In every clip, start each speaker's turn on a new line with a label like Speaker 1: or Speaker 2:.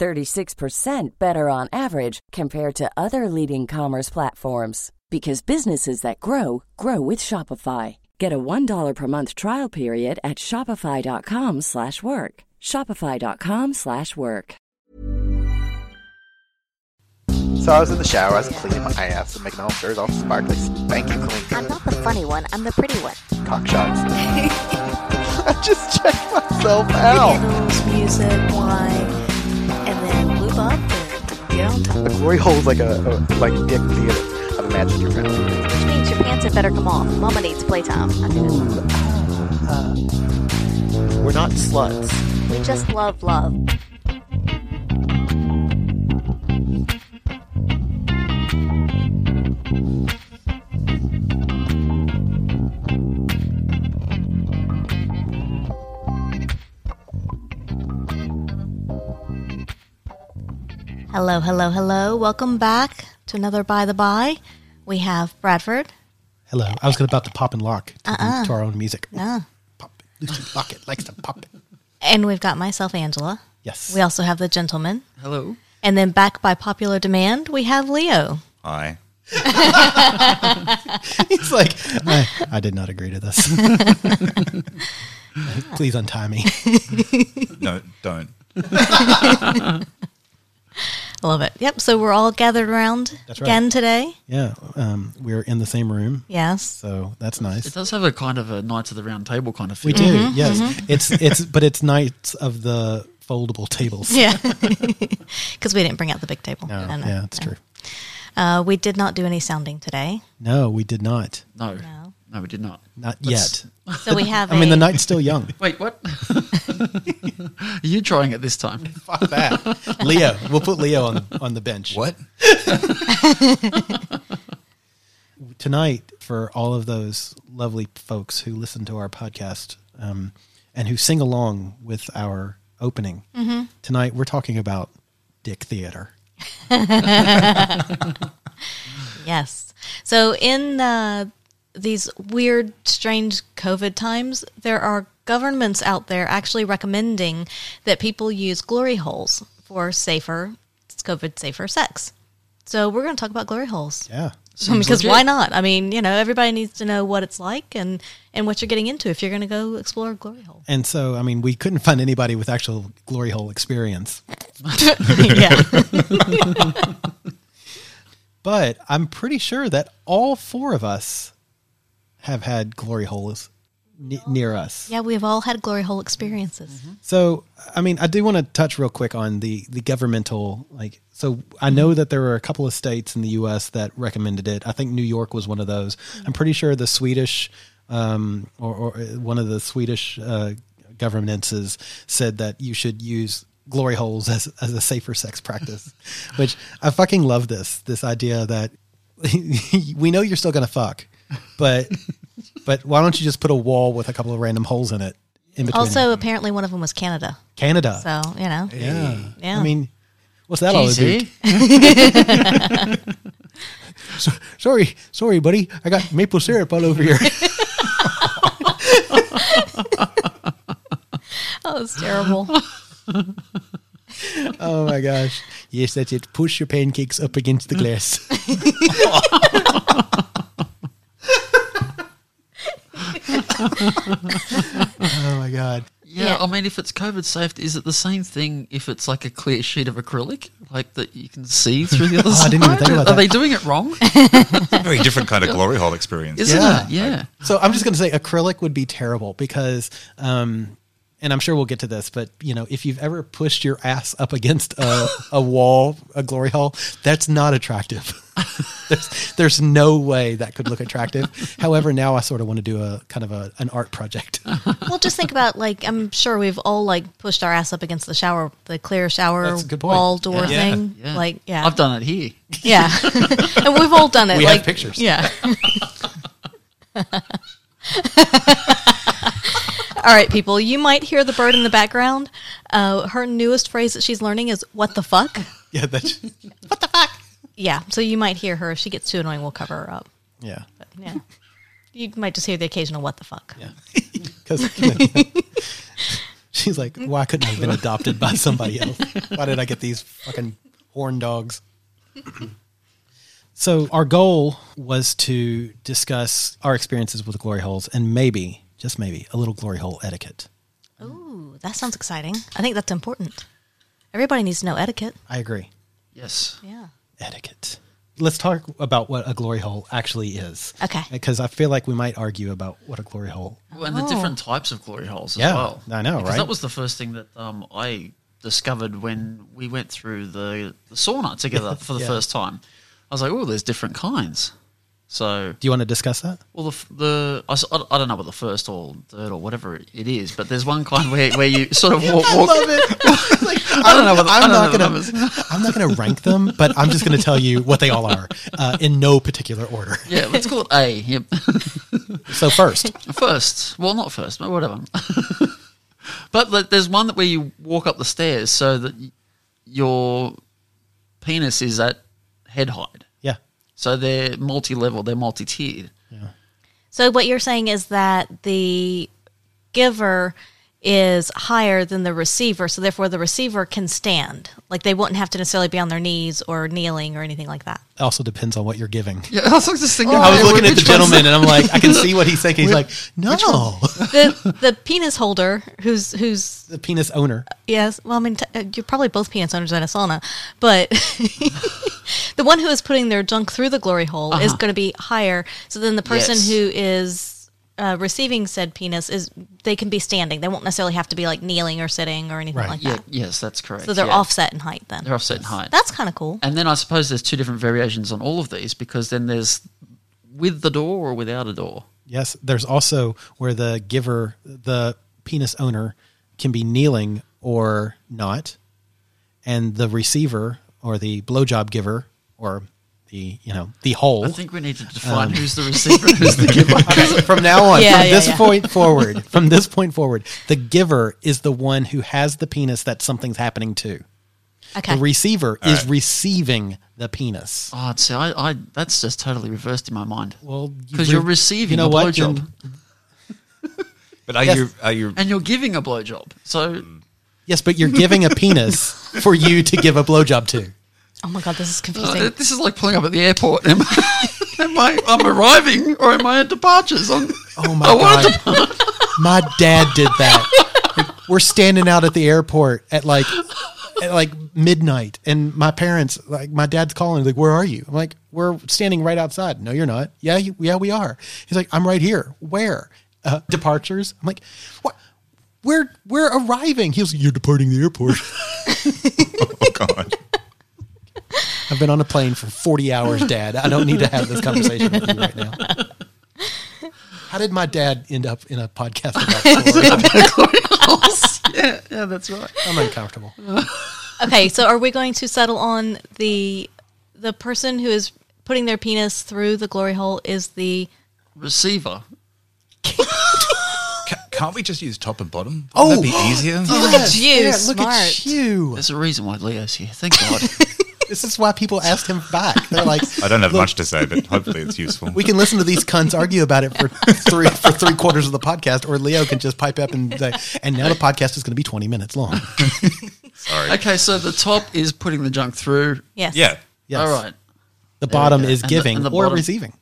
Speaker 1: 36% better on average compared to other leading commerce platforms because businesses that grow grow with Shopify. Get a $1 per month trial period at shopify.com/work. slash work. shopify.com/work. slash work.
Speaker 2: So I was in the shower, I was cleaning my ass and making all sure it was all sparkly, spanky clean,
Speaker 3: I'm not the funny one. I'm the pretty one.
Speaker 2: cock shots. I just checked myself out.
Speaker 4: Candles, music, wine, and then lube up and get on top.
Speaker 2: The glory hole's like a, a like dick theater. I've imagined your friends.
Speaker 3: Which means your pants had better come off. Mama needs playtime. I mean, it's-
Speaker 5: We're not sluts.
Speaker 3: we just love love.
Speaker 4: Hello, hello, hello. Welcome back to another By the By. We have Bradford.
Speaker 6: Hello. I was gonna- about to pop and lock to, to our own music. Pop it. Lucy Lockett likes to pop it.
Speaker 4: And we've got myself, Angela.
Speaker 6: Yes.
Speaker 4: We also have the gentleman.
Speaker 7: Hello.
Speaker 4: And then back by popular demand, we have Leo.
Speaker 7: Hi.
Speaker 6: He's like, I, I did not agree to this. Please untie me.
Speaker 7: No, don't.
Speaker 4: I love it. Yep. So we're all gathered around
Speaker 6: That's right.
Speaker 4: again today.
Speaker 6: Yeah. Um, we're in the same room,
Speaker 4: Yes.
Speaker 6: so that's
Speaker 7: It
Speaker 6: nice.
Speaker 7: does have a kind of a Knights of the Round Table kind of
Speaker 6: We
Speaker 7: feel.
Speaker 6: do. Yes. It's it's but it's nights of the foldable tables.
Speaker 4: Yeah. Because we didn't bring out the big table.
Speaker 6: No,
Speaker 4: No, no,
Speaker 6: yeah, that's
Speaker 4: no.
Speaker 6: true.
Speaker 4: Uh, we did not do any sounding today.
Speaker 6: No, we did not.
Speaker 7: No.
Speaker 4: No.
Speaker 7: No, we did not.
Speaker 6: Not
Speaker 7: That's-
Speaker 6: yet.
Speaker 4: So we have.
Speaker 6: I mean,
Speaker 4: a-
Speaker 6: the night's still young.
Speaker 7: Wait, what? Are you trying it this time?
Speaker 6: Fuck that. Leo. We'll put Leo on on the bench.
Speaker 7: What?
Speaker 6: tonight for all of those lovely folks who listen to our podcast um, and who sing along with our opening. Tonight, we're talking about Dick Theater.
Speaker 4: Yes. So in uh, these weird, strange COVID times, there are governments out there actually recommending that people use glory holes for safer, COVID safer sex. So we're going to talk about glory holes.
Speaker 6: Yeah.
Speaker 7: Seems
Speaker 4: because
Speaker 7: legit.
Speaker 4: why not? I mean, you know, everybody needs to know what it's like and, and what you're getting into if you're going to go explore a glory hole.
Speaker 6: And so, I mean, we couldn't find anybody with actual glory hole experience,
Speaker 4: yeah.
Speaker 6: but I'm pretty sure that all four of us have had glory holes n- near us.
Speaker 4: Yeah, we've all had glory hole experiences.
Speaker 6: So, I mean, I do want to touch real quick on the the governmental like. So, I
Speaker 4: Mm-hmm.
Speaker 6: know that there were a couple of states in the U.S. that recommended it. I think New York was one of those.
Speaker 4: Mm-hmm.
Speaker 6: I'm pretty sure the Swedish, um, or, or uh, one of the Swedish uh, governances said that you should use glory holes as as a safer sex practice, which I fucking love this this idea that we know you're still gonna fuck, but but why don't you just put a wall with a couple of random holes in it in between?
Speaker 4: Also, apparently, one of them was Canada.
Speaker 6: Canada.
Speaker 4: So, you know.
Speaker 6: Yeah.
Speaker 4: Yeah.
Speaker 6: I mean, what's that all
Speaker 7: Jeez,
Speaker 6: about?
Speaker 7: eh?
Speaker 6: Sorry, sorry, buddy. I got maple syrup all over here.
Speaker 4: Oh, it's terrible.
Speaker 6: oh my gosh. Yes, that's it. Push your pancakes up against the glass. oh my god.
Speaker 7: Yeah,
Speaker 4: Yeah.
Speaker 7: I mean, if it's COVID safe, is it the same thing if it's like a clear sheet of acrylic, like that you can see through the other
Speaker 6: Oh, I
Speaker 7: side?
Speaker 6: didn't even think about that.
Speaker 7: Are they doing it wrong?
Speaker 8: very different kind of glory hole experience.
Speaker 7: Isn't
Speaker 6: Yeah.
Speaker 7: it? Yeah.
Speaker 6: So I'm just going to say acrylic would be terrible because, um, and I'm sure we'll get to this, but you know, if you've ever pushed your ass up against a, a wall, a glory hole, that's not attractive. There's no way that could look attractive. However, now I sort of want to do a kind of a, an art project.
Speaker 4: Well, just think about like I'm sure we've all like pushed our ass up against the shower, the clear shower
Speaker 6: That's a good point.
Speaker 4: wall door
Speaker 7: Yeah.
Speaker 4: thing.
Speaker 7: Yeah.
Speaker 4: Like, yeah,
Speaker 7: I've done it here.
Speaker 4: yeah, and we've all done it.
Speaker 6: We have
Speaker 4: like
Speaker 6: pictures.
Speaker 4: Yeah. all right, people. You might hear the bird in the background. Uh, her newest phrase that she's learning is "What the fuck."
Speaker 6: yeah, that's
Speaker 4: Yeah, so you might hear her. If she gets too annoying, we'll cover her up.
Speaker 6: yeah.
Speaker 4: Yeah. You might just hear the occasional "What the fuck."
Speaker 6: Yeah. Because she's like, why couldn't I have been adopted by somebody else? Why did I get these fucking horn dogs? so our goal was to discuss our experiences with glory holes and maybe, just maybe, a little glory hole etiquette.
Speaker 4: Ooh, that sounds exciting. I think that's important. Everybody needs to know etiquette.
Speaker 6: I agree.
Speaker 7: Yes.
Speaker 4: Yeah.
Speaker 6: Etiquette. Let's talk about what a glory hole actually is.
Speaker 4: Okay.
Speaker 6: Because I feel like we might argue about what a glory hole.
Speaker 7: Well, and the different types of glory holes as
Speaker 6: Oh. Yeah,
Speaker 7: well.
Speaker 6: I know,
Speaker 7: Because
Speaker 6: right?
Speaker 7: That was the first thing that um, I discovered when we went through the, the sauna together for the
Speaker 6: Yeah.
Speaker 7: first time. I was like, oh, there's different kinds. So,
Speaker 6: Do you want to discuss that?
Speaker 7: well, the, f- the I, s- I- I don't know what the first or third or whatever it is, but there's one kind where, where you sort of walk. walk I don't know. What the,
Speaker 6: I'm
Speaker 7: I
Speaker 6: not
Speaker 7: don't know
Speaker 6: gonna.
Speaker 7: what the numbers-
Speaker 6: I'm not gonna rank them, but I'm just gonna tell you what they all are uh, in no particular order.
Speaker 7: Yeah, let's call it A. Yep.
Speaker 6: So first,
Speaker 7: First, well, not first, but whatever. but th- there's one that where you walk up the stairs so that y- your penis is at head height.
Speaker 6: yeah,
Speaker 7: So they're multi-level, they're multi-tiered.
Speaker 4: So what you're saying is that the giver is higher than the receiver, so therefore the receiver can stand. Like they wouldn't have to necessarily be on their knees or kneeling or anything like that.
Speaker 6: also depends on what you're giving.
Speaker 7: Yeah, I was just thinking.
Speaker 6: Oh. I was looking at the gentleman, and I'm like, I can see what he's thinking. He's like, no,
Speaker 4: The the penis holder, who's who's
Speaker 6: the penis owner.
Speaker 4: yes, well, I mean t- uh, you're probably both penis owners at a sauna, but the one who is putting their junk through the glory hole is going to be higher. So then the person
Speaker 7: Uh-huh. Yes.
Speaker 4: who is uh, receiving said penis is they can be standing. They won't necessarily have to be like kneeling or sitting or anything
Speaker 6: Right.
Speaker 4: like
Speaker 7: Yeah,
Speaker 4: that.
Speaker 7: yes, that's correct.
Speaker 4: So they're
Speaker 7: yeah.
Speaker 4: offset in height then.
Speaker 7: They're offset in height.
Speaker 4: That's kind of cool.
Speaker 7: and then I suppose there's two different variations on all of these because then there's with the door or without a door.
Speaker 6: Yes, there's also where the giver, the penis owner, can be kneeling or not, and the receiver or the blowjob giver or the you know the hole.
Speaker 7: I think we need to define
Speaker 6: Um.
Speaker 7: who's the receiver and who's the giver.
Speaker 6: from now on,
Speaker 4: Yeah,
Speaker 6: from
Speaker 4: yeah,
Speaker 6: this
Speaker 4: yeah.
Speaker 6: point forward, from this point forward, the giver is the one who has the penis that something's happening to.
Speaker 4: Okay.
Speaker 6: The receiver is
Speaker 8: right.
Speaker 6: receiving the penis.
Speaker 7: Oh, see, I, I, that's just totally reversed in my mind.
Speaker 6: Well, you
Speaker 7: 'Cause you're
Speaker 6: re-
Speaker 7: receiving a blowjob.
Speaker 6: Then-
Speaker 8: But are
Speaker 6: Yes.
Speaker 8: you are you
Speaker 7: and you're giving a blowjob. So
Speaker 6: Mm. Yes, but you're giving a penis for you to give a blowjob to.
Speaker 4: Oh my god, this is confusing.
Speaker 7: uh, this is like pulling up at the airport. Am I, am I I'm arriving or am I at departures? I'm,
Speaker 6: Oh my
Speaker 7: I want
Speaker 6: god. my dad did that. We're standing out at the airport at like at like midnight and my parents like my dad's calling like where are you? I'm like we're standing right outside. No you're not. Yeah, you, yeah we are. He's like I'm right here. Where? Uh, departures. I'm like what we're we're arriving. He was like, you're departing the airport.
Speaker 8: oh god
Speaker 6: I've been on a plane for 40 hours, dad. I don't need to have this conversation with you right now. How did my dad end up in a podcast about glory?
Speaker 7: yeah, yeah, that's right.
Speaker 6: I'm uncomfortable.
Speaker 4: okay, so are we going to settle on the the person who is putting their penis through the glory hole is the
Speaker 7: Receiver.
Speaker 8: Ca- can't we just use top and bottom oh that'd be easier
Speaker 4: Look at you,
Speaker 6: look
Speaker 4: smart.
Speaker 6: at you.
Speaker 7: There's a reason why Leo's here. Thank God.
Speaker 6: This is why people asked him back. They're like,
Speaker 8: I don't have much to say but hopefully it's useful
Speaker 6: we can listen to these cunts argue about it for three for three quarters of the podcast, or Leo can just pipe up and say, and now the podcast is going to be 20 minutes long.
Speaker 8: sorry
Speaker 7: okay, so the top is putting the junk through.
Speaker 4: yes.
Speaker 8: yeah
Speaker 6: Yes.
Speaker 7: All right.
Speaker 6: The bottom
Speaker 7: go.
Speaker 6: is
Speaker 7: And the-
Speaker 6: giving
Speaker 7: and the
Speaker 6: or
Speaker 7: bottom-
Speaker 6: receiving.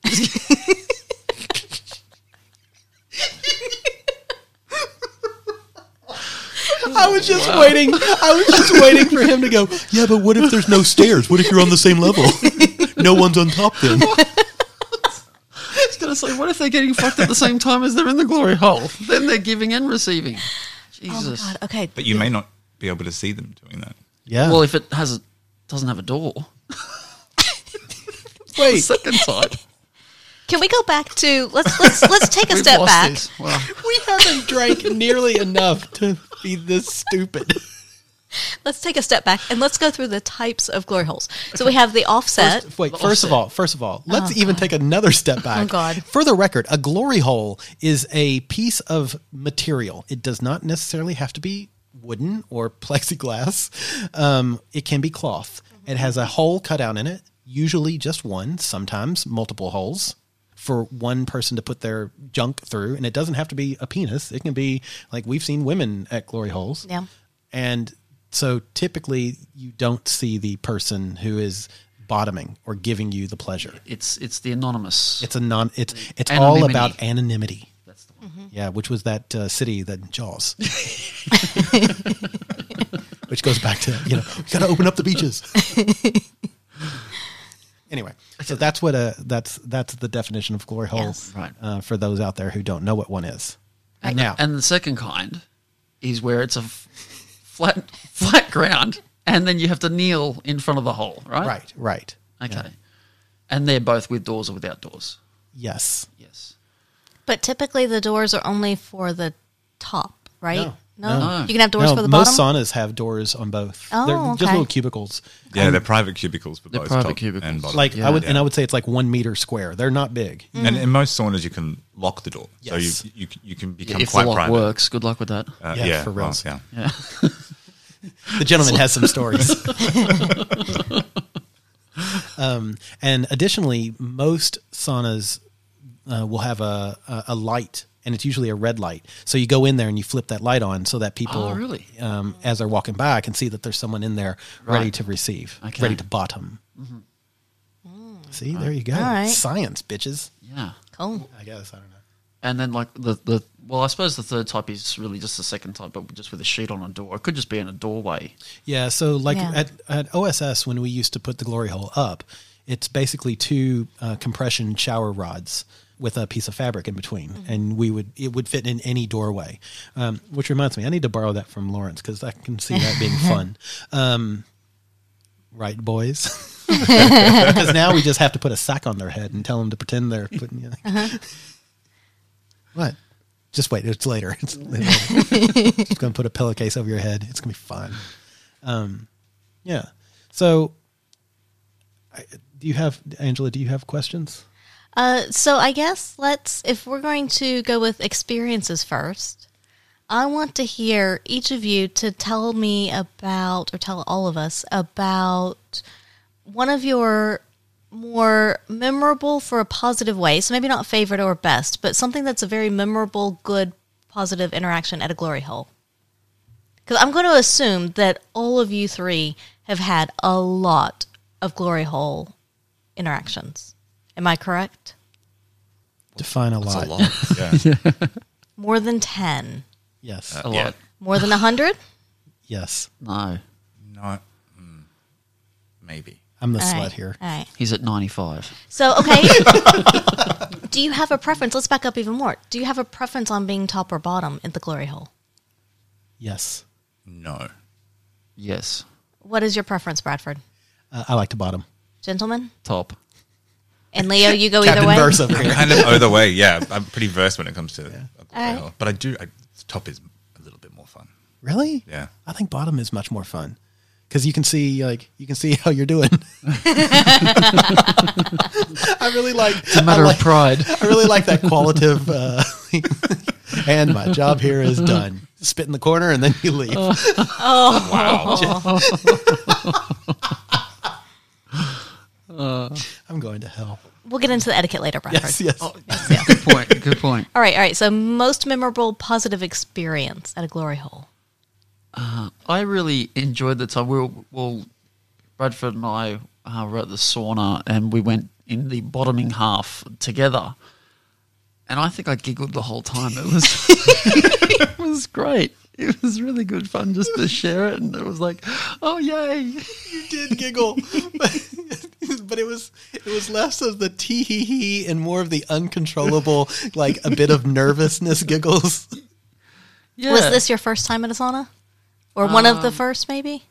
Speaker 6: I was just waiting. I was just waiting for him to go. Yeah, but what if there's no stairs? What if you're on the same level? no one's on top then.
Speaker 7: I was going to say, what if they're getting fucked at the same time as they're in the glory hole? Then they're giving and receiving. Jesus.
Speaker 4: God, okay.
Speaker 8: but you may not be able to see them doing that
Speaker 6: Yeah.
Speaker 7: Well, if it has a, doesn't have a door. Wait, second time.
Speaker 4: Can we go back to let's let's let's take a
Speaker 7: We've
Speaker 4: step
Speaker 7: lost
Speaker 4: back.
Speaker 7: this. Wow.
Speaker 6: We haven't drank nearly enough to be this stupid.
Speaker 4: Let's take a step back and let's go through the types of glory holes. So we have the offset.
Speaker 6: Wait, first of all, first of all,
Speaker 7: Oh,
Speaker 6: let's even take another step back.
Speaker 4: Oh, God.
Speaker 6: For the record, a glory hole is a piece of material. It does not necessarily have to be wooden or plexiglass. Um, it can be cloth. It has a hole cut out in it, usually just one, sometimes multiple holes for one person to put their junk through. And it doesn't have to be a penis. It can be like we've seen women at glory holes.
Speaker 4: Yeah.
Speaker 6: And so typically you don't see the person who is bottoming or giving you the pleasure.
Speaker 7: It's it's the anonymous.
Speaker 6: It's a non it's it's all
Speaker 7: Mm-hmm. Anonymity.
Speaker 6: about anonymity.
Speaker 7: That's the one.
Speaker 6: Yeah, which was that uh, city that Jaws. which goes back to, you know, we got to open up the beaches. anyway, so that's what a that's that's the definition of glory hole
Speaker 4: Yes.
Speaker 7: Right.
Speaker 6: uh, for those out there who don't know what one is. And now,
Speaker 7: And the second kind is where it's a f- flat flat ground, and then you have to kneel in front of the hole, right?
Speaker 6: right, right.
Speaker 7: Okay. And they're both with doors or without doors.
Speaker 6: Yes.
Speaker 7: Yes.
Speaker 4: But typically the doors are only for the top, right?
Speaker 6: No,
Speaker 7: no.
Speaker 4: You can have doors
Speaker 6: no,
Speaker 4: for the
Speaker 6: most
Speaker 4: bottom.
Speaker 6: saunas have doors on both.
Speaker 4: Oh,
Speaker 6: They're just
Speaker 4: okay.
Speaker 6: little cubicles.
Speaker 8: Yeah, they're private cubicles, but
Speaker 7: They're
Speaker 8: both
Speaker 7: private
Speaker 8: top
Speaker 7: cubicles.
Speaker 8: and bottom.
Speaker 6: Like
Speaker 7: Yeah.
Speaker 6: I would, and
Speaker 8: Yeah.
Speaker 6: I would say it's like one meter square. They're not big.
Speaker 8: and in most saunas, you can lock the door,
Speaker 6: Yes.
Speaker 8: so you, you c- you can become
Speaker 7: if the
Speaker 8: quite
Speaker 7: lock
Speaker 8: private.
Speaker 7: works, good luck with that.
Speaker 8: Uh,
Speaker 6: Yeah,
Speaker 8: yeah,
Speaker 6: for
Speaker 8: well,
Speaker 6: reals.
Speaker 8: yeah.
Speaker 6: The gentleman has some stories. um, and additionally, most saunas uh, will have a, a a light, and it's usually a red light. So you go in there and you flip that light on, so that people,
Speaker 7: Oh, really?
Speaker 6: um, as they're walking by, can see that there's someone in there ready
Speaker 7: Right. Mm-hmm.
Speaker 6: to receive,
Speaker 7: Okay.
Speaker 6: ready to bottom. See, there you go.
Speaker 4: right.
Speaker 6: Science, bitches.
Speaker 7: Yeah.
Speaker 4: Cool.
Speaker 6: I guess I don't know.
Speaker 7: And then like the, the well, I suppose the third type is really just the second type, but just with a sheet on a door. It could just be in a doorway.
Speaker 6: Yeah, so like
Speaker 4: Yeah.
Speaker 6: At, at OSS, when we used to put the glory hole up, it's basically two uh, compression shower rods with a piece of fabric in between, and we would it would fit in any doorway. Um, which reminds me, I need to borrow that from Lawrence because I can see that being fun. Um, right, boys? Because now we just have to put a sack on their head and tell them to pretend they're putting. You know, What? Just wait, it's later. It's just gonna put a pillowcase over your head. It's gonna be fun. Yeah. So, I, do you have Angela? Do you have questions?
Speaker 4: Uh, so I guess let's if we're going to go with experiences first. I want to hear each of you to tell me about or tell all of us about one of your more memorable for a positive way. So maybe not favorite or best, but something that's a very memorable, good, positive interaction at a glory hole. Cuz I'm going to assume that all of you three have had a lot of glory hole interactions. Am I correct?
Speaker 6: Define a lot.
Speaker 2: That's a lot.
Speaker 8: Yeah.
Speaker 4: More than 10.
Speaker 6: Yes.
Speaker 7: A
Speaker 8: Yeah.
Speaker 7: lot.
Speaker 4: More than 100?
Speaker 6: yes.
Speaker 7: No.
Speaker 8: No, mm, maybe.
Speaker 6: I'm the
Speaker 4: All
Speaker 6: slut
Speaker 4: right.
Speaker 6: here.
Speaker 4: All right.
Speaker 7: He's at ninety five.
Speaker 4: So, okay. Do you have a preference? Let's back up even more. Do you have a preference on being top or bottom in the glory hole?
Speaker 6: Yes.
Speaker 8: No.
Speaker 7: Yes.
Speaker 4: What is your preference, Bradford?
Speaker 6: Uh, I like to bottom.
Speaker 4: Gentlemen?
Speaker 7: Top.
Speaker 4: And Leo, you go either
Speaker 6: Captain
Speaker 4: way?
Speaker 6: Verse over here.
Speaker 8: kind of either way. Yeah, I'm pretty versed when it comes to.
Speaker 4: All right.
Speaker 8: But I do. I, top is a little bit more fun.
Speaker 6: Really?
Speaker 8: Yeah.
Speaker 6: I think bottom is much more fun because you can see like you can see how you're doing. I really like.
Speaker 7: It's a matter
Speaker 6: I like,
Speaker 7: of pride.
Speaker 6: I really like that qualitative. Uh, and my job here is done. Spit in the corner and then you leave. Oh.
Speaker 8: Wow.
Speaker 6: I'm going to hell.
Speaker 4: We'll get into the etiquette later, Bradford.
Speaker 6: Yes. Yes.
Speaker 7: good point. Good point.
Speaker 4: All right. All right. So, most memorable positive experience at a glory hole.
Speaker 7: I really enjoyed the time. We were, well, Bradford and I uh, were at the sauna and we went in the bottoming half together. And I think I giggled the whole time. It was it was great. It was really good fun just to share it. And it was like, oh, yay.
Speaker 6: did giggle, but, but it was it was less of the tee hee hee and more of the uncontrollable, like a bit of nervousness giggles.
Speaker 7: Yeah.
Speaker 4: Was this your first time at a sauna? Or one of the first, maybe?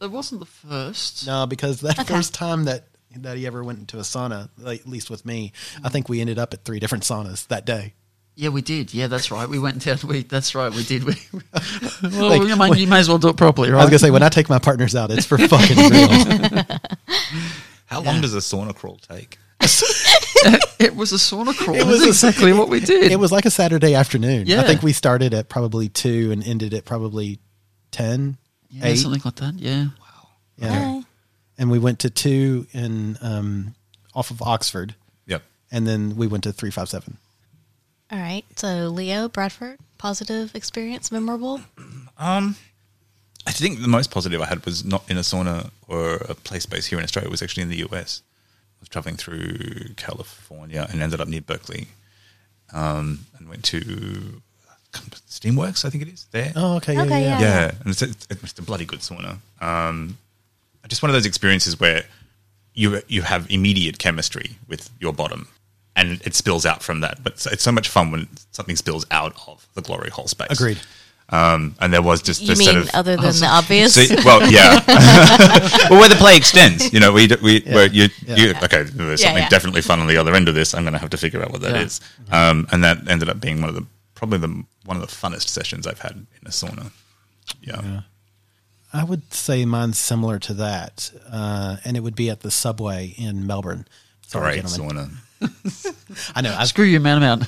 Speaker 7: It wasn't the first.
Speaker 6: No, because that
Speaker 4: Okay.
Speaker 6: first time that that he ever went into a sauna, like, at least with me. I think we ended up at three different saunas that day.
Speaker 7: Yeah, we did. Yeah, that's right. We went down. We that's right. We did. We, well,
Speaker 6: Like,
Speaker 7: you, might, you may as well do it properly, right?
Speaker 6: I was gonna say when I take my partners out, it's for fucking real.
Speaker 8: How long does a sauna crawl take?
Speaker 7: it was a sauna crawl. It
Speaker 6: was
Speaker 7: was
Speaker 6: a-
Speaker 7: exactly what we did.
Speaker 6: it was like a Saturday afternoon.
Speaker 7: Yeah.
Speaker 6: I think we started at probably two and ended at probably ten,
Speaker 7: yeah,
Speaker 6: eight.
Speaker 7: something like that. Yeah.
Speaker 6: Yeah. And we went to two in um, off of Oxford,
Speaker 8: Yep.
Speaker 6: and then we went to three five seven.
Speaker 4: All right. So, Leo, Bradford, positive experience, memorable?
Speaker 8: I think the most positive I had was not in a sauna or a place based here in Australia. It was actually in the US. I was traveling through California and ended up near Berkeley, um, and went to Steamworks. I think it is there.
Speaker 6: Oh, okay, yeah,
Speaker 3: Okay, yeah.
Speaker 6: yeah.
Speaker 8: yeah, and it's, it's, it's a bloody good sauna. Um, just one of those experiences where you you have immediate chemistry with your bottom, and it spills out from that. But it's, it's so much fun when something spills out of the glory hole space.
Speaker 6: Agreed.
Speaker 8: Um, and there was just
Speaker 4: You
Speaker 8: this
Speaker 4: mean
Speaker 8: sort of
Speaker 4: other than the obvious?
Speaker 8: See, well, yeah. well, where the play extends, you know, we d- we where you,
Speaker 6: Yeah.
Speaker 8: you okay. There's something
Speaker 4: yeah.
Speaker 8: definitely fun on the other end of this. I'm going to have to figure out what that
Speaker 7: Yeah.
Speaker 8: is. Um, and that ended up being one of the probably the one of the funnest sessions I've had in a sauna. Yeah,
Speaker 6: I would say mine's similar to that, uh, and it would be at the subway in Melbourne. Sorry,
Speaker 8: great
Speaker 6: gentlemen.
Speaker 8: sauna.
Speaker 6: I know. I,
Speaker 7: Screw you, man. I'm out.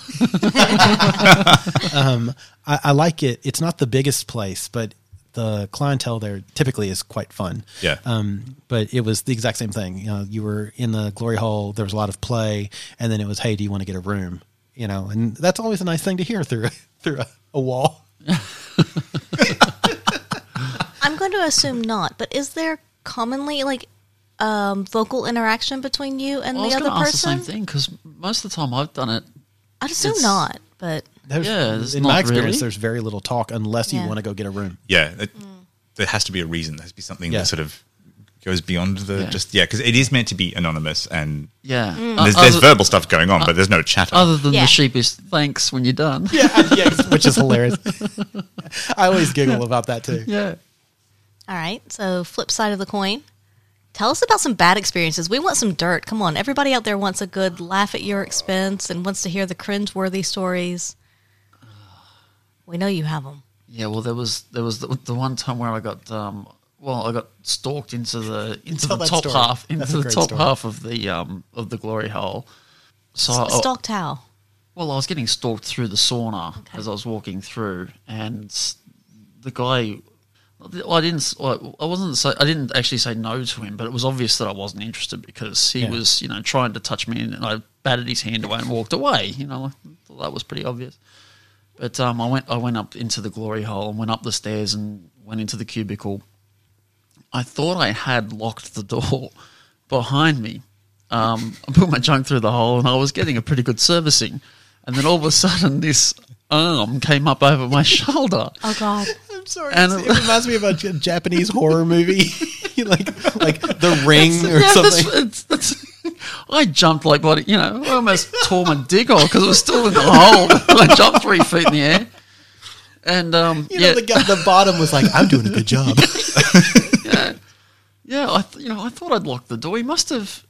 Speaker 6: I, I like it. It's not the biggest place, but the clientele there typically is quite fun.
Speaker 8: Yeah,
Speaker 6: Um, but it was the exact same thing. You know, you were in the glory hole. There was a lot of play, and then it was, "Hey, do you want to get a room?" You know, and that's always a nice thing to hear through through a, a wall.
Speaker 4: I'm going to assume not, but is there commonly like um, vocal interaction between you and
Speaker 7: I was
Speaker 4: the
Speaker 7: going
Speaker 4: other
Speaker 7: to ask the
Speaker 4: person?
Speaker 7: same thing because most of the time I've done it.
Speaker 4: I'd assume
Speaker 7: It's-
Speaker 4: not, but
Speaker 6: There's,
Speaker 7: Yeah, it's
Speaker 6: in
Speaker 7: not
Speaker 6: my experience,
Speaker 7: really.
Speaker 6: there's very little talk unless
Speaker 4: Yeah.
Speaker 6: you want to go get a room.
Speaker 8: yeah. It, There has to be a reason. There has to be something
Speaker 6: Yeah.
Speaker 8: that sort of goes beyond the
Speaker 7: Yeah.
Speaker 8: just yeah, because it is meant to be anonymous and.
Speaker 7: Yeah.
Speaker 6: Mm.
Speaker 8: There's,
Speaker 7: O-
Speaker 8: there's
Speaker 7: Uh, other,
Speaker 8: verbal stuff going on, but there's no chatter.
Speaker 7: other than
Speaker 4: Yeah.
Speaker 7: the sheepish thanks when you're done.
Speaker 6: yes, which is hilarious. I always giggle about that too.
Speaker 7: yeah.
Speaker 4: all right. So, flip side of the coin. Tell us about some bad experiences. We want some dirt. Come on. Everybody out there wants a good laugh at your expense and wants to hear the cringe-worthy stories. We know you have them.
Speaker 7: Yeah, well, there was there was the, the one time where I got um, well, I got stalked into the into
Speaker 6: Tell
Speaker 7: the
Speaker 6: that
Speaker 7: top
Speaker 6: story.
Speaker 7: half into
Speaker 6: That's a
Speaker 7: the
Speaker 6: great
Speaker 7: top
Speaker 6: story.
Speaker 7: half of the um of the glory hole. So oh. I-
Speaker 4: Stalked how?
Speaker 7: well, I was getting stalked through the sauna as I was walking through, and the guy. I didn't. I wasn't. Say, I didn't actually say no to him, but it was obvious that I wasn't interested because he
Speaker 6: Yeah.
Speaker 7: was, you know, trying to touch me, and I batted his hand away and walked away. You know, like, that was pretty obvious. But um, I went I went up into the glory hole and went up the stairs and went into the cubicle. I thought I had locked the door behind me. Um, I put my junk through the hole and I was getting a pretty good servicing. And then all of a sudden, this arm came up over my shoulder.
Speaker 4: Oh God.
Speaker 6: I'm sorry.
Speaker 7: And-
Speaker 6: it's- it reminds me of a J- Japanese horror movie, like like The Ring or
Speaker 7: Yeah, that's-
Speaker 6: something.
Speaker 7: it's- that's- I jumped like bloody, you know, I almost tore my dick off because it was still in the hole. I jumped three feet in the air. And um,
Speaker 6: You
Speaker 7: yeah,
Speaker 6: know, the guy at the bottom was like, "I'm doing a good job."
Speaker 7: Yeah, I th- you know I thought I'd locked the door. He must have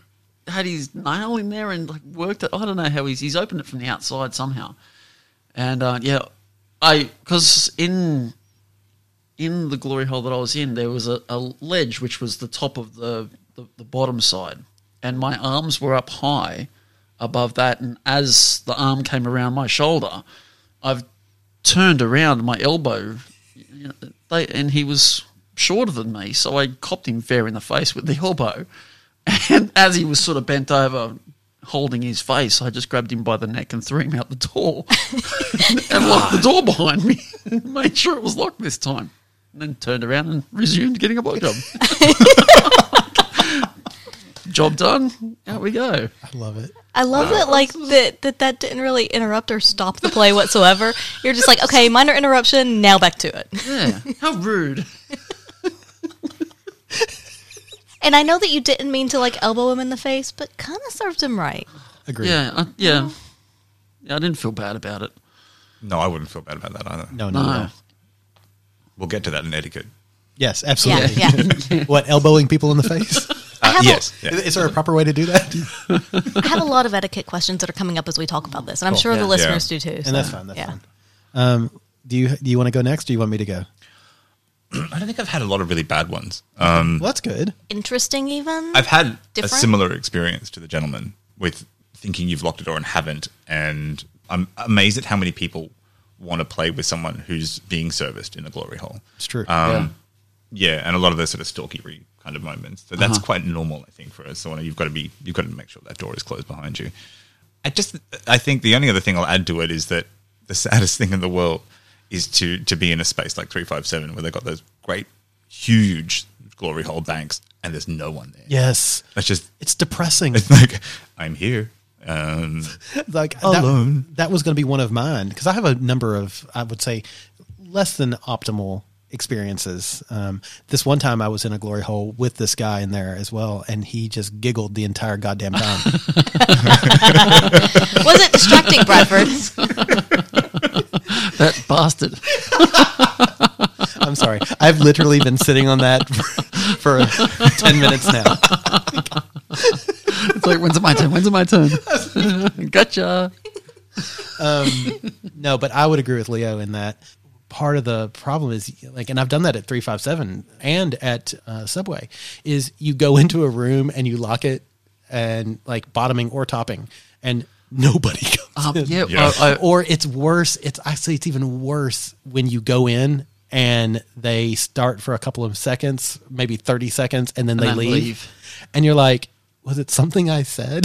Speaker 7: had his nail in there and like worked it. I don't know how he's he's opened it from the outside somehow. And uh, yeah, I because in in the glory hole that I was in, there was a, a ledge which was the top of the, the the bottom side, and my arms were up high above that. And as the arm came around my shoulder, I've turned around my elbow, you know, they, and he was shorter than me, so I copped him fair in the face with the elbow. And as he was sort of bent over, holding his face, I just grabbed him by the neck and threw him out the door, and locked the door behind me, and made sure it was locked this time, and then turned around and resumed getting a blowjob. Job done. Out we go.
Speaker 6: I love it.
Speaker 4: I love that, like that, that that didn't really interrupt or stop the play whatsoever. You're just like, okay, minor interruption. Now back to it.
Speaker 7: Yeah. How rude.
Speaker 4: And I know that you didn't mean to like elbow him in the face, but kind of served him right.
Speaker 6: Agreed.
Speaker 7: Yeah. I, yeah. Yeah. I didn't feel bad about it.
Speaker 8: no, I wouldn't feel bad about that either.
Speaker 6: No, no, no.
Speaker 7: No.
Speaker 8: We'll get to that in etiquette.
Speaker 6: Yes, absolutely.
Speaker 4: Yeah, yeah.
Speaker 6: what elbowing people in the face?
Speaker 4: I have a-
Speaker 8: Uh, yes. yeah.
Speaker 6: Is there a proper way to do that?
Speaker 4: I have a lot of etiquette questions that are coming up as we talk about this, and I'm sure
Speaker 7: Yeah.
Speaker 4: the listeners
Speaker 8: Yeah.
Speaker 4: do too. so,
Speaker 6: And that's fine. That's
Speaker 4: yeah.
Speaker 6: fine. Um, do you do you want to go next? Or do you want me to go?
Speaker 8: I don't think I've had a lot of really bad ones. Um,
Speaker 6: Well, that's good.
Speaker 4: Interesting, even.
Speaker 8: I've had
Speaker 4: Different?
Speaker 8: a similar experience to the gentleman with thinking you've locked a door and haven't, and I'm amazed at how many people want to play with someone who's being serviced in a glory hole.
Speaker 6: It's true.
Speaker 8: Um, yeah. and a lot of those sort of stalkery kind of moments. So that's quite normal, I think, for a sauna. You've got to be, you've got to make sure that door is closed behind you. I just, I think the only other thing I'll add to it is that the saddest thing in the world is to to be in a space like three five seven where they've got those great, huge glory hole banks, and there's no one there.
Speaker 6: yes,
Speaker 8: that's just
Speaker 6: it's depressing.
Speaker 8: it's like I'm here. Um,
Speaker 6: like
Speaker 8: Alone.
Speaker 6: That, that was going to be one of mine because I have a number of, I would say, less than optimal experiences. Um, this one time I was in a glory hole with this guy in there as well, and he just giggled the entire goddamn time.
Speaker 4: Was it distracting, Bradford?
Speaker 7: That bastard.
Speaker 6: I'm sorry. I've literally been sitting on that for, for 10 minutes now.
Speaker 7: It's like, when's it my turn? When's it my turn? gotcha.
Speaker 6: No, but I would agree with Leo in that part of the problem is like, and I've done that at 357 and at uh, Subway, is you go into a room and you lock it and like bottoming or topping, and nobody comes
Speaker 7: Um,
Speaker 6: in.
Speaker 7: yeah,
Speaker 8: Yeah.
Speaker 7: I, I,
Speaker 6: Or it's worse. It's actually it's even worse when you go in and they start for a couple of seconds, maybe 30 seconds, and then they
Speaker 7: then
Speaker 6: leave.
Speaker 7: leave.
Speaker 6: And you're like, was it something I said?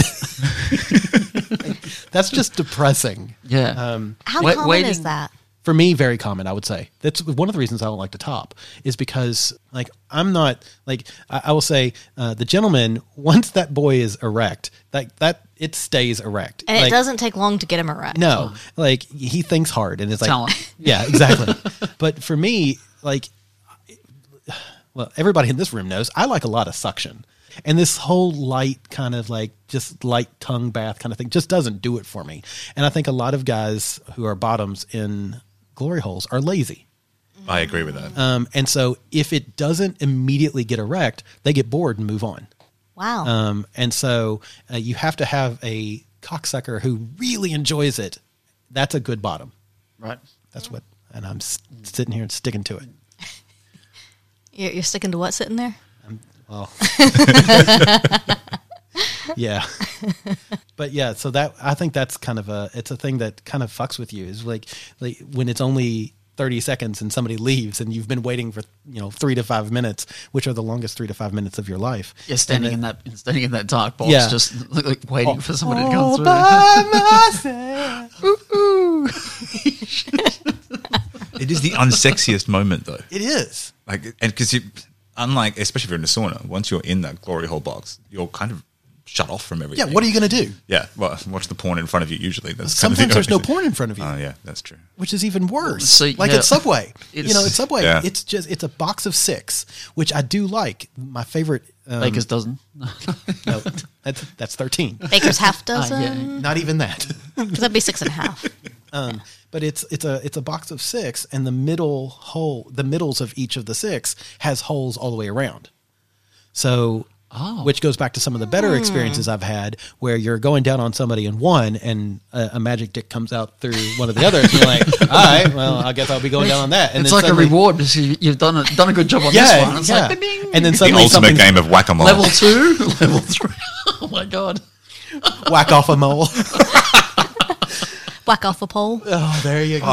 Speaker 6: That's just depressing.
Speaker 7: yeah.
Speaker 4: How
Speaker 7: Wait-
Speaker 4: common is
Speaker 7: waiting-
Speaker 4: that?
Speaker 6: for me very common i would say that's one of the reasons i don't like to top is because like i'm not like i, I will say uh, the gentleman once that boy is erect like that it stays erect
Speaker 4: And
Speaker 6: like,
Speaker 4: it doesn't Oh. take long to get him erect.
Speaker 6: no like he thinks hard and it's like
Speaker 7: Talent.
Speaker 6: yeah exactly but for me like well everybody in this room knows i like a lot of suction and this whole light kind of like just light tongue bath kind of thing just doesn't do it for me and i think a lot of guys who are bottoms in glory holes are lazy
Speaker 8: I agree with that.
Speaker 6: um, and so if it doesn't immediately get erect, they get bored and move on.
Speaker 4: Wow.
Speaker 6: Um, and so uh, you have to have a cocksucker who really enjoys it. That's a good bottom.
Speaker 7: right.
Speaker 6: That's what, and I'm s- sitting here and sticking to it.
Speaker 4: you're, you're sticking to what's sitting there?
Speaker 6: Well, yeah, but yeah. So that I think that's kind of a it's a thing that kind of fucks with you is like like when it's only thirty seconds and somebody leaves and you've been waiting for you know three to five minutes, which are the longest three to five minutes of your life.
Speaker 7: Yeah, standing in that standing in that dark box,
Speaker 6: Yeah.
Speaker 7: just like, like, waiting for somebody to come
Speaker 6: All
Speaker 7: through.
Speaker 6: by myself.
Speaker 8: It is the unsexiest moment though.
Speaker 6: It is.
Speaker 8: like and because you unlike especially if you're in a sauna once you're in that glory hole box you're kind of shut off from
Speaker 6: Yeah.
Speaker 8: everything
Speaker 6: What are you going to do?
Speaker 8: yeah well watch the porn in front of you usually that's kind of the
Speaker 6: Sometimes there's no
Speaker 8: only thing.
Speaker 6: porn in front of you,
Speaker 8: oh yeah that's true
Speaker 6: which is even worse.
Speaker 7: So,
Speaker 6: like
Speaker 7: yeah.
Speaker 6: at Subway, you
Speaker 7: It's-
Speaker 6: know, at Subway,
Speaker 8: Yeah.
Speaker 6: it's just it's a box of six, which I do like. My favorite. Um,
Speaker 7: Baker's dozen.
Speaker 6: no, that's that's thirteen.
Speaker 4: Baker's half
Speaker 6: Uh,
Speaker 7: Ah,
Speaker 4: dozen?
Speaker 7: yeah.
Speaker 6: Not even that.
Speaker 4: 'Cause that'd be six and a half.
Speaker 6: But it's it's a it's a box of six, and the middle hole, the middles of each of the six has holes all the way around. So, which goes back to some of the better experiences I've had, where you're going down on somebody in one, and a, a magic dick comes out through one of the others, and you're like, all right, well, I guess I'll be going down on that. And
Speaker 7: it's
Speaker 6: then
Speaker 7: like
Speaker 6: suddenly-
Speaker 7: a reward because you, you've done a, done a good job on this
Speaker 6: Yeah,
Speaker 7: one. It's
Speaker 6: yeah.
Speaker 7: like bing, bing.
Speaker 6: and then
Speaker 8: the
Speaker 6: suddenly
Speaker 8: ultimate
Speaker 6: something
Speaker 8: game of whack-a-mole
Speaker 7: level two, level three. oh my god!
Speaker 6: whack off a mole.
Speaker 4: Whack off a pole.
Speaker 6: Oh, there you go.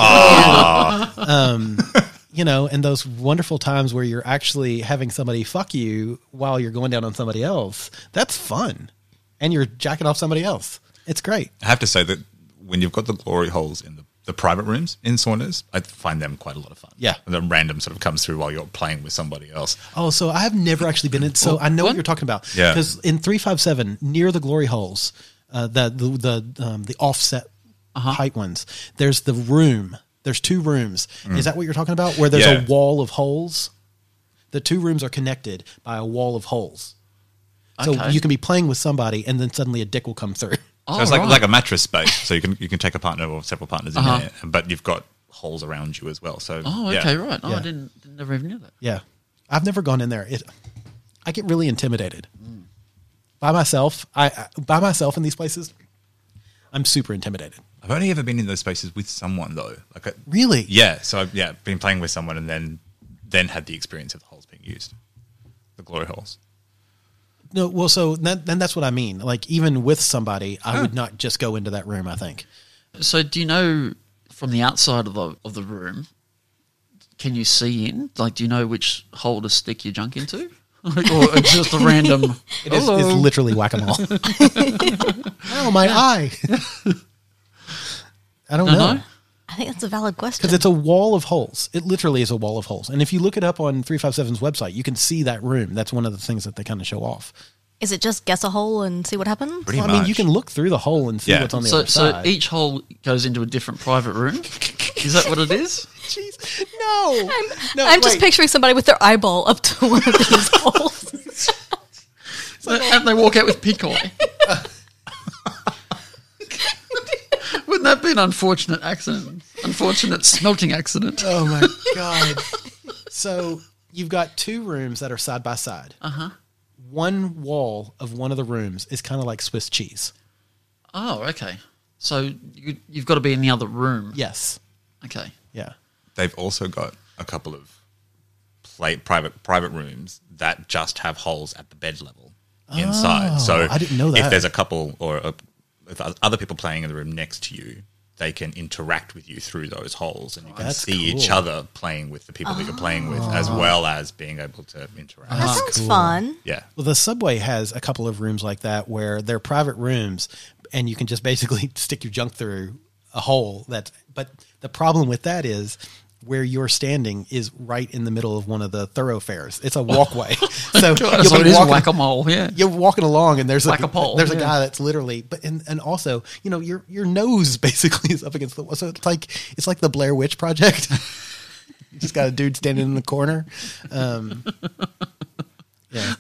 Speaker 6: Um, you know, and those wonderful times where you're actually having somebody fuck you while you're going down on somebody else. That's fun. And you're jacking off somebody else. It's great.
Speaker 8: i have to say that when you've got the glory holes in the, the private rooms in saunas i find them quite a lot of fun
Speaker 6: Yeah.
Speaker 8: and then random sort of comes through while you're playing with somebody else
Speaker 6: Oh, so I have never actually been in. So I know what you're talking about.
Speaker 8: Yeah.
Speaker 6: Because in 357, near the glory holes, uh, the, the, the, um, the offset height ones, there's the room. There's two rooms. Is that what you're talking about? Where there's
Speaker 8: Mm. Yeah.
Speaker 6: a wall of holes? The two rooms are connected by a wall of holes. So
Speaker 7: Okay.
Speaker 6: you can be playing with somebody, and then suddenly a dick will come through.
Speaker 8: so it's like,
Speaker 7: right.
Speaker 8: like a mattress space so you can you can take a partner or several partners
Speaker 6: Uh-huh.
Speaker 8: in there but you've got holes around you as well so
Speaker 7: Oh,
Speaker 8: yeah.
Speaker 7: okay, right. Oh,
Speaker 6: Yeah.
Speaker 7: I didn't, didn't never even knew that.
Speaker 6: Yeah, I've never gone in there. It, I get really intimidated. by myself. I, I by myself in these places. I'm super intimidated.
Speaker 8: I've only ever been in those spaces with someone though. Like, I,
Speaker 6: Really?
Speaker 8: yeah. So I've yeah been playing with someone and then then had the experience of the holes being used, the glory holes.
Speaker 6: No. Well, so that, then that's what I mean. Like even with somebody, I would not just go into that room. I think.
Speaker 7: So, do you know from the outside of the of the room? Can you see in? Like, do you know which hole to stick your junk into, Like, or it's just a random? Oh,
Speaker 6: It is, it's literally whack a mole. oh my eye! I don't
Speaker 7: No,
Speaker 6: know
Speaker 7: no.
Speaker 4: I think that's a valid question.
Speaker 6: because it's a wall of holes. It literally is a wall of holes. And if you look it up on 357's website, you can see that room. That's one of the things that they kind of show off.
Speaker 4: Is it just guess a hole and see what happens?
Speaker 8: Pretty
Speaker 6: Well,
Speaker 8: much.
Speaker 6: I mean, you can look through the hole and see
Speaker 8: Yeah.
Speaker 6: what's on the
Speaker 7: So,
Speaker 6: other
Speaker 7: so
Speaker 6: side.
Speaker 7: each hole goes into a different private room. Is that what it is?
Speaker 6: Jeez, no, I'm,
Speaker 4: I'm just picturing somebody with their eyeball up to one of these holes.
Speaker 7: and they walk out with pink eye. Wouldn't that be an unfortunate accident? Unfortunate smelting accident.
Speaker 6: Oh my god! so you've got two rooms that are side by side. Uh huh. One wall of one of the rooms is kind of like Swiss cheese.
Speaker 7: Oh, okay. So you, you've got to be in the other room.
Speaker 6: Yes.
Speaker 7: Okay.
Speaker 6: Yeah.
Speaker 8: They've also got a couple of play, private private rooms that just have holes at the bed level inside. so
Speaker 6: Oh, I didn't know that.
Speaker 8: If there's a couple or a, if other people playing in the room next to you, they can interact with you through those holes, and you can
Speaker 6: That's
Speaker 8: see each
Speaker 6: cool. Ah.
Speaker 8: other playing with the people that you're playing with, as well as being able to interact.
Speaker 4: That sounds fun.
Speaker 8: Yeah.
Speaker 6: Well, the subway has a couple of rooms like that where they're private rooms, and you can just basically stick your junk through a hole. That, but the problem with that is where you're standing is right in the middle of one of the thoroughfares. It's a walkway, so
Speaker 7: God, so it is whack a mole, yeah.
Speaker 6: You're walking along, and there's
Speaker 7: Whack
Speaker 6: a
Speaker 7: a pole,
Speaker 6: there's a
Speaker 7: yeah.
Speaker 6: guy that's literally, but and, and also, you know, your your nose basically is up against the wall, so it's like it's like the Blair Witch Project. you just got a dude standing in the corner. Um, yeah.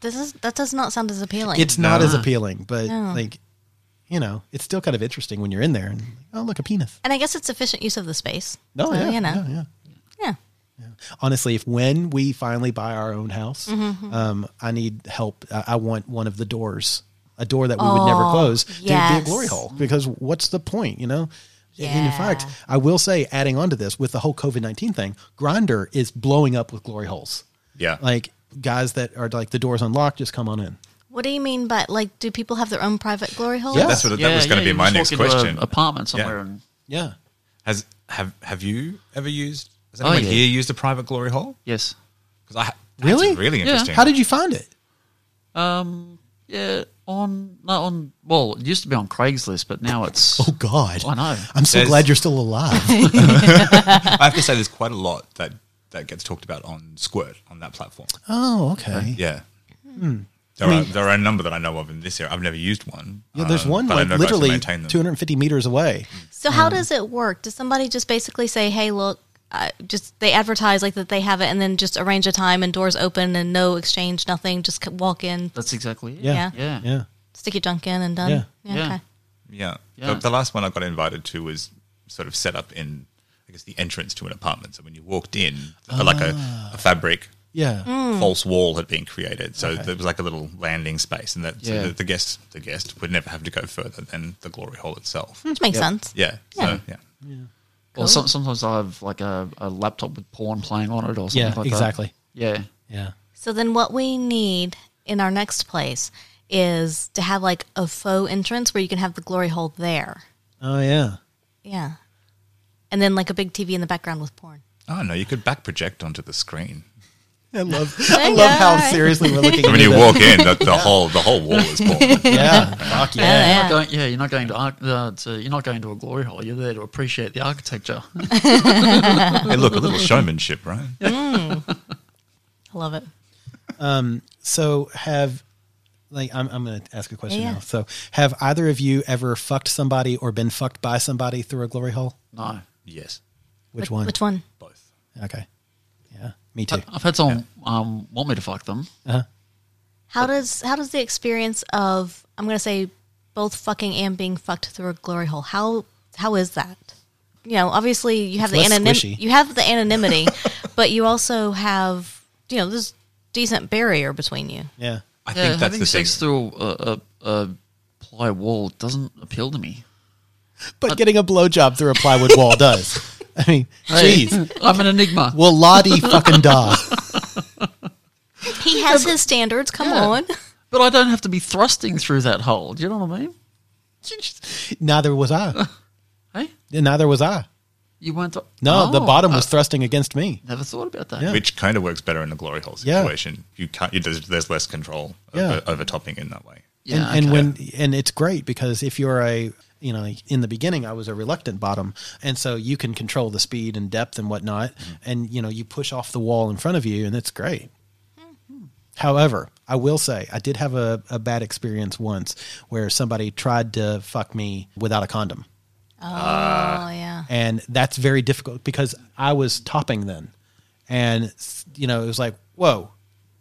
Speaker 4: This is, that does not sound as appealing.
Speaker 6: It's not as appealing, but
Speaker 4: No.
Speaker 6: like, you know, it's still kind of interesting when you're in there and oh look a penis.
Speaker 4: and I guess it's efficient use of the space.
Speaker 6: No,
Speaker 4: So,
Speaker 6: Oh, yeah,
Speaker 4: Oh, you know.
Speaker 6: yeah, yeah.
Speaker 4: Yeah.
Speaker 6: Honestly, if when we finally buy our own house,
Speaker 4: Mm-hmm,
Speaker 6: um, I need help. I, I want one of the doors, a door that we would never
Speaker 4: Oh,
Speaker 6: close, to be
Speaker 4: yes.
Speaker 6: a glory hole. Because what's the point, you know? And in
Speaker 4: Yeah.
Speaker 6: fact, I will say, adding on to this with the whole COVID nineteen thing, Grinder is blowing up with glory holes.
Speaker 8: Yeah.
Speaker 6: Like guys that are like the doors unlocked, just come on in.
Speaker 4: What do you mean by like? Do people have their own private glory hole?
Speaker 6: Yeah.
Speaker 8: That's what that was going to be
Speaker 7: you
Speaker 8: my
Speaker 7: just
Speaker 8: next
Speaker 7: walk into a
Speaker 8: question.
Speaker 7: apartment somewhere
Speaker 8: Yeah.
Speaker 7: and
Speaker 6: Yeah.
Speaker 8: Has have have you ever used? Has
Speaker 7: Oh,
Speaker 8: anyone
Speaker 7: yeah.
Speaker 8: here used a private glory hole?
Speaker 7: yes.
Speaker 8: Because I ha- that's
Speaker 6: Really?
Speaker 8: really
Speaker 7: Yeah.
Speaker 8: interesting.
Speaker 6: How did you find it?
Speaker 7: Um yeah, on no on well, it used to be on Craigslist, but now it's
Speaker 6: Oh God!
Speaker 7: I know.
Speaker 6: I'm so
Speaker 8: There's-
Speaker 6: glad you're still alive.
Speaker 8: I have to say, there's quite a lot that that gets talked about on Squirt on that platform.
Speaker 6: oh, Hmm. okay.
Speaker 8: Yeah. There, are, there are a number that I know of in this area. I've never used one.
Speaker 6: Yeah, there's
Speaker 8: um,
Speaker 6: one
Speaker 8: but I
Speaker 6: like
Speaker 8: know guys who
Speaker 6: literally
Speaker 8: maintain them.
Speaker 6: 250 meters away.
Speaker 4: So how does it work? Does somebody just basically say, "Hey, look, uh, just they advertise like that they have it, and then just arrange a time and doors open and no exchange, nothing, just c- walk in,
Speaker 7: that's exactly it.
Speaker 6: Yeah.
Speaker 7: Yeah.
Speaker 6: Yeah.
Speaker 4: stick your junk in, and done."
Speaker 6: Yeah.
Speaker 7: Yeah.
Speaker 4: Okay.
Speaker 8: Yeah.
Speaker 7: Yeah.
Speaker 8: The, the last one I got invited to was sort of set up in, I guess, the entrance to an apartment. So when you walked in, like a,
Speaker 6: Ah.
Speaker 8: a fabric
Speaker 6: Yeah.
Speaker 7: Mm.
Speaker 8: false wall had been created. So there was like a little landing space, and that so
Speaker 7: Yeah.
Speaker 8: the, the guest the guest would never have to go further than the glory hole itself.
Speaker 4: Which makes sense.
Speaker 8: Yeah. So yeah.
Speaker 7: Or some, sometimes I have like a, a laptop with porn playing on it or something
Speaker 6: Yeah,
Speaker 7: like that.
Speaker 6: exactly.
Speaker 7: Yeah.
Speaker 6: Yeah.
Speaker 4: So then, what we need in our next place is to have like a faux entrance where you can have the glory hole there.
Speaker 6: Oh yeah.
Speaker 4: Yeah. And then like a big TV in the background with porn.
Speaker 8: Oh no, you could back project onto the screen.
Speaker 6: I love. I love how seriously we're looking.
Speaker 8: I mean,
Speaker 6: into
Speaker 8: you
Speaker 6: this.
Speaker 8: walk in, the, the whole the whole wall is porn.
Speaker 6: Yeah. Fuck yeah.
Speaker 7: You're not going- yeah, you're not going to, arch- uh, to you're not going to a glory hole. You're there to appreciate the architecture.
Speaker 8: Hey, look, a little showmanship, right?
Speaker 4: I love it.
Speaker 6: So have. Like I'm, I'm going to ask a question
Speaker 4: Yeah.
Speaker 6: now. So, have either of you ever fucked somebody or been fucked by somebody through a glory hole?
Speaker 7: no,
Speaker 8: Yes,
Speaker 6: Which one?
Speaker 4: Which one?
Speaker 8: both.
Speaker 6: Okay. Yeah, me too.
Speaker 7: I, I've had someone um, want me to fuck them.
Speaker 4: How does how does the experience of I'm going to say both fucking and being fucked through a glory hole? How how is that? You know, obviously you have
Speaker 6: It's
Speaker 4: the
Speaker 6: less
Speaker 4: anonymity.
Speaker 6: squishy.
Speaker 4: You have the anonymity, but you also have you know this decent barrier between you.
Speaker 6: Yeah.
Speaker 8: I
Speaker 7: yeah,
Speaker 8: think that's
Speaker 7: having
Speaker 8: the thing.
Speaker 7: sex through a, a, a ply wall doesn't appeal to me. uh,
Speaker 6: But getting a blowjob through a plywood wall does. I mean,
Speaker 7: Hey,
Speaker 6: jeez.
Speaker 7: I'm an enigma.
Speaker 6: Well, Lottie fucking da.
Speaker 4: He has his standards. Come
Speaker 7: Yeah.
Speaker 4: on.
Speaker 7: But I don't have to be thrusting through that hole. Do you know what I mean?
Speaker 6: Neither was I.
Speaker 7: Hey,
Speaker 6: Neither was I.
Speaker 7: you weren't. Th-
Speaker 6: No, the
Speaker 7: Oh,
Speaker 6: bottom was
Speaker 7: I
Speaker 6: thrusting against me.
Speaker 7: never thought about that.
Speaker 6: Yeah.
Speaker 8: which kind of works better in a glory hole
Speaker 6: Yeah.
Speaker 8: situation. You can't. You, there's, there's less control
Speaker 6: Yeah.
Speaker 8: over, over topping in that way.
Speaker 7: Yeah,
Speaker 6: and, and
Speaker 7: okay.
Speaker 6: when and it's great because if you're a you know in the beginning i was a reluctant bottom and so you can control the speed and depth and whatnot
Speaker 7: Mm-hmm.
Speaker 6: and you know you push off the wall in front of you and it's great however i will say i did have a, a bad experience once where somebody tried to fuck me without a condom
Speaker 4: oh yeah.
Speaker 6: and that's very difficult because I was topping then, and s- you know it was like, whoa,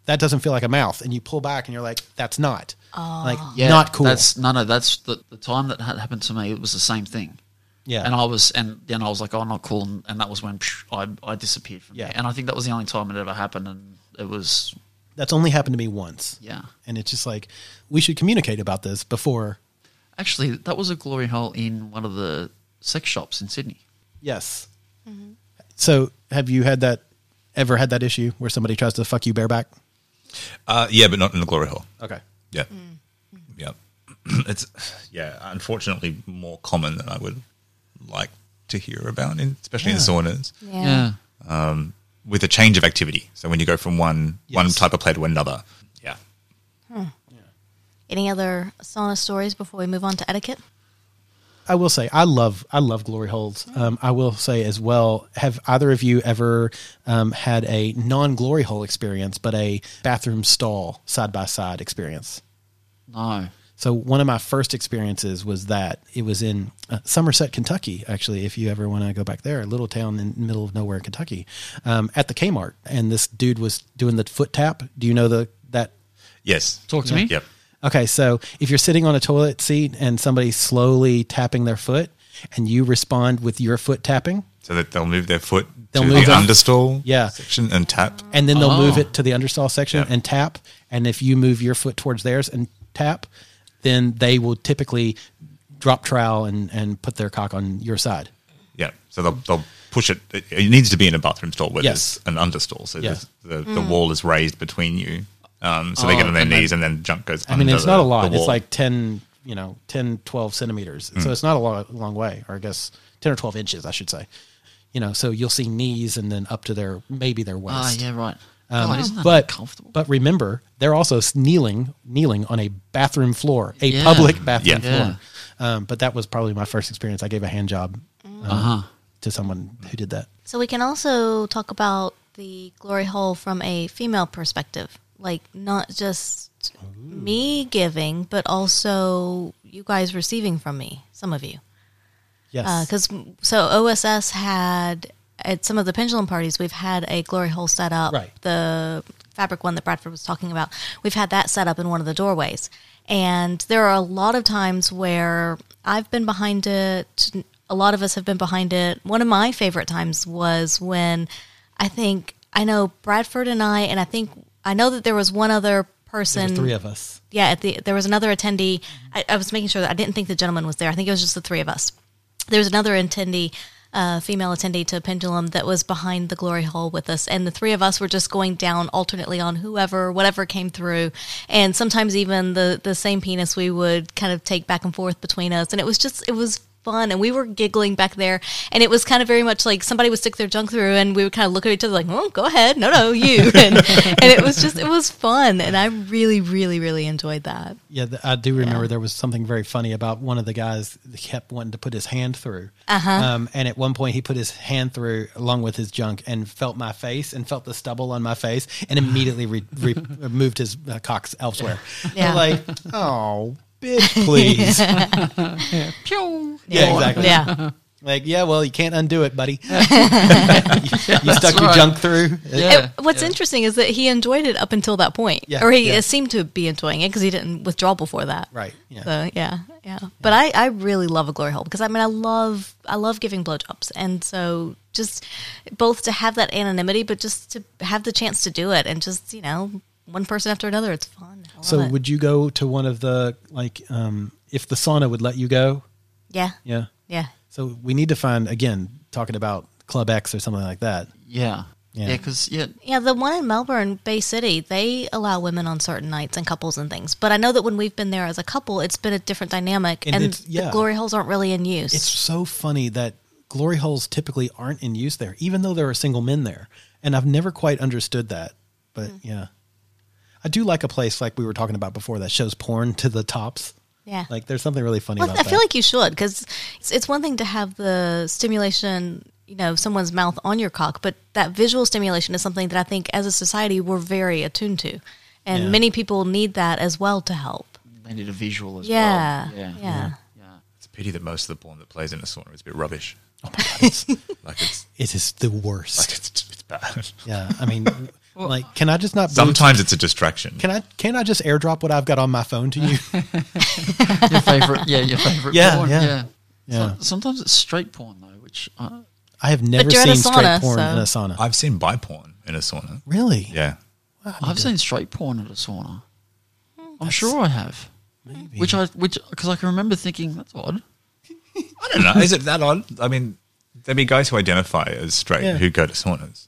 Speaker 6: that doesn't feel like a mouth, and you pull back and you're like, that's not, like
Speaker 7: Yeah,
Speaker 6: not cool.
Speaker 7: That's no, no. That's the, the time that had happened to me. It was the same thing.
Speaker 6: yeah,
Speaker 7: And I was, and then I was like, "Oh, not cool." And, and that was when psh, I, I disappeared from
Speaker 6: Yeah.
Speaker 7: there. And I think that was the only time it ever happened. And it was,
Speaker 6: that's only happened to me once.
Speaker 7: yeah.
Speaker 6: and it's just like we should communicate about this before.
Speaker 7: Actually, that was a glory hole in one of the sex shops in Sydney.
Speaker 6: Yes. So have you had that? Ever had that issue where somebody tries to fuck you bareback?
Speaker 8: Uh, yeah, but not in the glory hole.
Speaker 6: Okay.
Speaker 8: Yeah,
Speaker 6: Mm.
Speaker 8: yeah. it's yeah, unfortunately more common than I would like to hear about, in, especially in
Speaker 6: Yeah.
Speaker 8: saunas
Speaker 7: Yeah.
Speaker 8: with a change of activity. So when you go from one one
Speaker 6: Yes.
Speaker 8: type of play to another, yeah.
Speaker 4: Any other sauna stories before we move on to etiquette?
Speaker 6: I will say I love I love glory holes. Um, I will say as well. Have either of you ever um, had a non glory hole experience, but a bathroom stall side by side experience?
Speaker 7: No.
Speaker 6: So one of my first experiences was that it was in uh, Somerset, Kentucky. Actually, if you ever want to go back there, a little town in the middle of nowhere, Kentucky, um, at the Kmart, and this dude was doing the foot tap. Do you know the that
Speaker 8: Yes.
Speaker 7: Talk to me.
Speaker 8: Yep.
Speaker 6: Okay, so if you're sitting on a toilet seat and somebody's slowly tapping their foot and you respond with your foot tapping,
Speaker 8: So that they'll move their foot
Speaker 6: They'll
Speaker 8: to
Speaker 6: move
Speaker 8: the
Speaker 6: their-
Speaker 8: understall
Speaker 6: Yeah. Mm.
Speaker 8: section and tap.
Speaker 6: and then they'll
Speaker 7: Oh.
Speaker 6: move it to the understall section
Speaker 8: Yeah.
Speaker 6: and tap. And if you move your foot towards theirs and tap, then they will typically drop trowel and, and put their cock on your side.
Speaker 8: Yeah. So they'll, they'll push it. it. It needs to be in a bathroom stall where
Speaker 6: Yes.
Speaker 8: there's an understall. So
Speaker 6: Yeah. Mm.
Speaker 8: there's- the, the wall is raised between you. Um, so they get
Speaker 7: Oh,
Speaker 8: on their
Speaker 7: and then-
Speaker 8: knees and then jump goes
Speaker 6: I mean,
Speaker 8: under
Speaker 6: it's not a
Speaker 8: the-
Speaker 6: lot.
Speaker 8: the
Speaker 6: It's
Speaker 8: wall. Hmm.
Speaker 6: like 10, you know, 10, 12 centimeters. So it's not a long, long way, or I guess 10 or 12 inches, I should say. You know, so you'll see knees and then up to their, maybe their waist.
Speaker 7: Ah, yeah, right. God, isn't that
Speaker 6: Um, but
Speaker 7: comfortable?
Speaker 6: but remember, they're also s- kneeling kneeling on a bathroom floor, a
Speaker 7: Yeah.
Speaker 6: public bathroom
Speaker 8: Yeah.
Speaker 6: floor. Um, but that was probably my first experience. I gave a hand job um,
Speaker 7: Mm. Uh-huh.
Speaker 6: to someone who did that.
Speaker 4: So we can also talk about the glory hole from a female perspective, like not just me giving, but also you guys receiving from me, some of you.
Speaker 7: Uh,
Speaker 6: Yes,
Speaker 4: Because Uh, so OSS had at some of the pendulum parties, we've had a glory hole set up.
Speaker 6: Right.
Speaker 4: The fabric one that Bradford was talking about, we've had that set up in one of the doorways. And there are a lot of times where I've been behind it. A lot of us have been behind it. One of my favorite times was when I think I know Bradford and I, and I think I know that there was one other person
Speaker 6: there's three of us.
Speaker 4: yeah, at the, there was another attendee. I, I was making sure that I didn't think the gentleman was there. I think it was just the three of us. There was another attendee, uh, female attendee to Pendulum that was behind the glory hole with us, and the three of us were just going down alternately on whoever, whatever came through, and sometimes even the the same penis we would kind of take back and forth between us, and it was just it was fun and we were giggling back there and it was kind of very much like somebody would stick their junk through and we would kind of look at each other like oh go ahead no no you and, and it was just it was fun and i really really really enjoyed that
Speaker 6: Yeah, th- I do remember there was something very funny about one of the guys that kept wanting to put his hand through. Um, and at one point, he put his hand through along with his junk and felt my face and felt the stubble on my face and immediately re- re- moved his uh, cocks elsewhere.
Speaker 4: Yeah.
Speaker 6: I'm like, oh, bitch, please.
Speaker 7: Pew.
Speaker 6: Yeah, exactly.
Speaker 4: yeah
Speaker 6: Like, yeah, well, you can't undo it, buddy. you you stuck your
Speaker 7: right.
Speaker 6: junk through.
Speaker 7: Yeah.
Speaker 4: It- what's interesting is that he enjoyed it up until that point
Speaker 6: Yeah,
Speaker 4: or he
Speaker 6: yeah.
Speaker 4: seemed to be enjoying it because he didn't withdraw before that
Speaker 6: Right, yeah.
Speaker 4: so yeah yeah but i i really love a glory hole because i mean i love i love giving blowjobs and so just both to have that anonymity but just to have the chance to do it and just you know one person after another. It's fun. I love
Speaker 6: So
Speaker 4: it.
Speaker 6: would you go to one of the like um if the sauna would let you go?
Speaker 4: yeah,
Speaker 6: Yeah.
Speaker 4: yeah.
Speaker 6: So we need to find again talking about Club X or something like that.
Speaker 7: Yeah.
Speaker 6: Yeah.
Speaker 7: Yeah, because yeah,
Speaker 4: Yeah, the one in Melbourne, Bay City, they allow women on certain nights and couples and things. But I know that when we've been there as a couple, it's been a different dynamic,
Speaker 6: And
Speaker 4: and,
Speaker 6: it's- yeah.
Speaker 4: the glory holes aren't really in use.
Speaker 6: It's so funny that glory holes typically aren't in use there, even though there are single men there. And I've never quite understood that. But
Speaker 4: Mm-hmm.
Speaker 6: yeah. I do like a place like we were talking about before that shows porn to the tops.
Speaker 4: yeah,
Speaker 6: Like there's something really funny
Speaker 4: well,
Speaker 6: about
Speaker 4: I
Speaker 6: that.
Speaker 4: feel like you should because it's, it's one thing to have the stimulation, you know, of someone's mouth on your cock, but that visual stimulation is something that I think as a society we're very attuned to, and
Speaker 6: Yeah.
Speaker 4: many people need that as well to help.
Speaker 7: they need a visual as
Speaker 4: Yeah,
Speaker 7: well. Yeah.
Speaker 4: yeah.
Speaker 7: Yeah.
Speaker 8: It's a pity that most of the porn that plays in a sauna is a bit rubbish. Oh my god, it's, like it's
Speaker 6: it is the
Speaker 8: like
Speaker 6: worst.
Speaker 8: it's, it's bad.
Speaker 6: yeah. I mean like can I just not boob-
Speaker 8: Sometimes it's a distraction.
Speaker 6: can I can I just airdrop what I've got on my phone to you?
Speaker 7: your favorite, yeah, your favorite
Speaker 6: Yeah,
Speaker 7: porn.
Speaker 6: yeah.
Speaker 7: Yeah.
Speaker 6: Yeah.
Speaker 7: So- sometimes it's straight porn though, which I,
Speaker 6: I have never
Speaker 4: you're in
Speaker 6: seen
Speaker 4: a
Speaker 6: straight
Speaker 4: sauna,
Speaker 6: porn
Speaker 4: so-
Speaker 6: in a sauna.
Speaker 8: I've seen bi porn in a sauna.
Speaker 6: really?
Speaker 8: Yeah.
Speaker 7: I've seen straight porn at a sauna. I'm sure I have.
Speaker 6: Maybe.
Speaker 7: Which I which because I can remember thinking that's odd.
Speaker 8: I don't know. Is it that odd? I mean, there'd be guys who identify as straight
Speaker 6: Yeah.
Speaker 8: who go to saunas.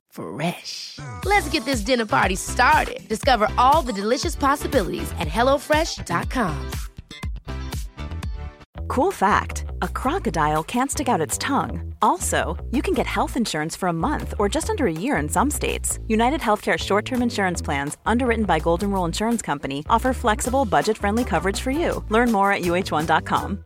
Speaker 9: Fresh. Let's get this dinner party started. Discover all the delicious possibilities at hellofresh.com.
Speaker 10: Cool fact a crocodile can't stick out its tongue. Also, you can get health insurance for a month or just under a year in some states. United Healthcare short term insurance plans, underwritten by Golden Rule Insurance Company, offer flexible, budget friendly coverage for you. Learn more at uh1.com.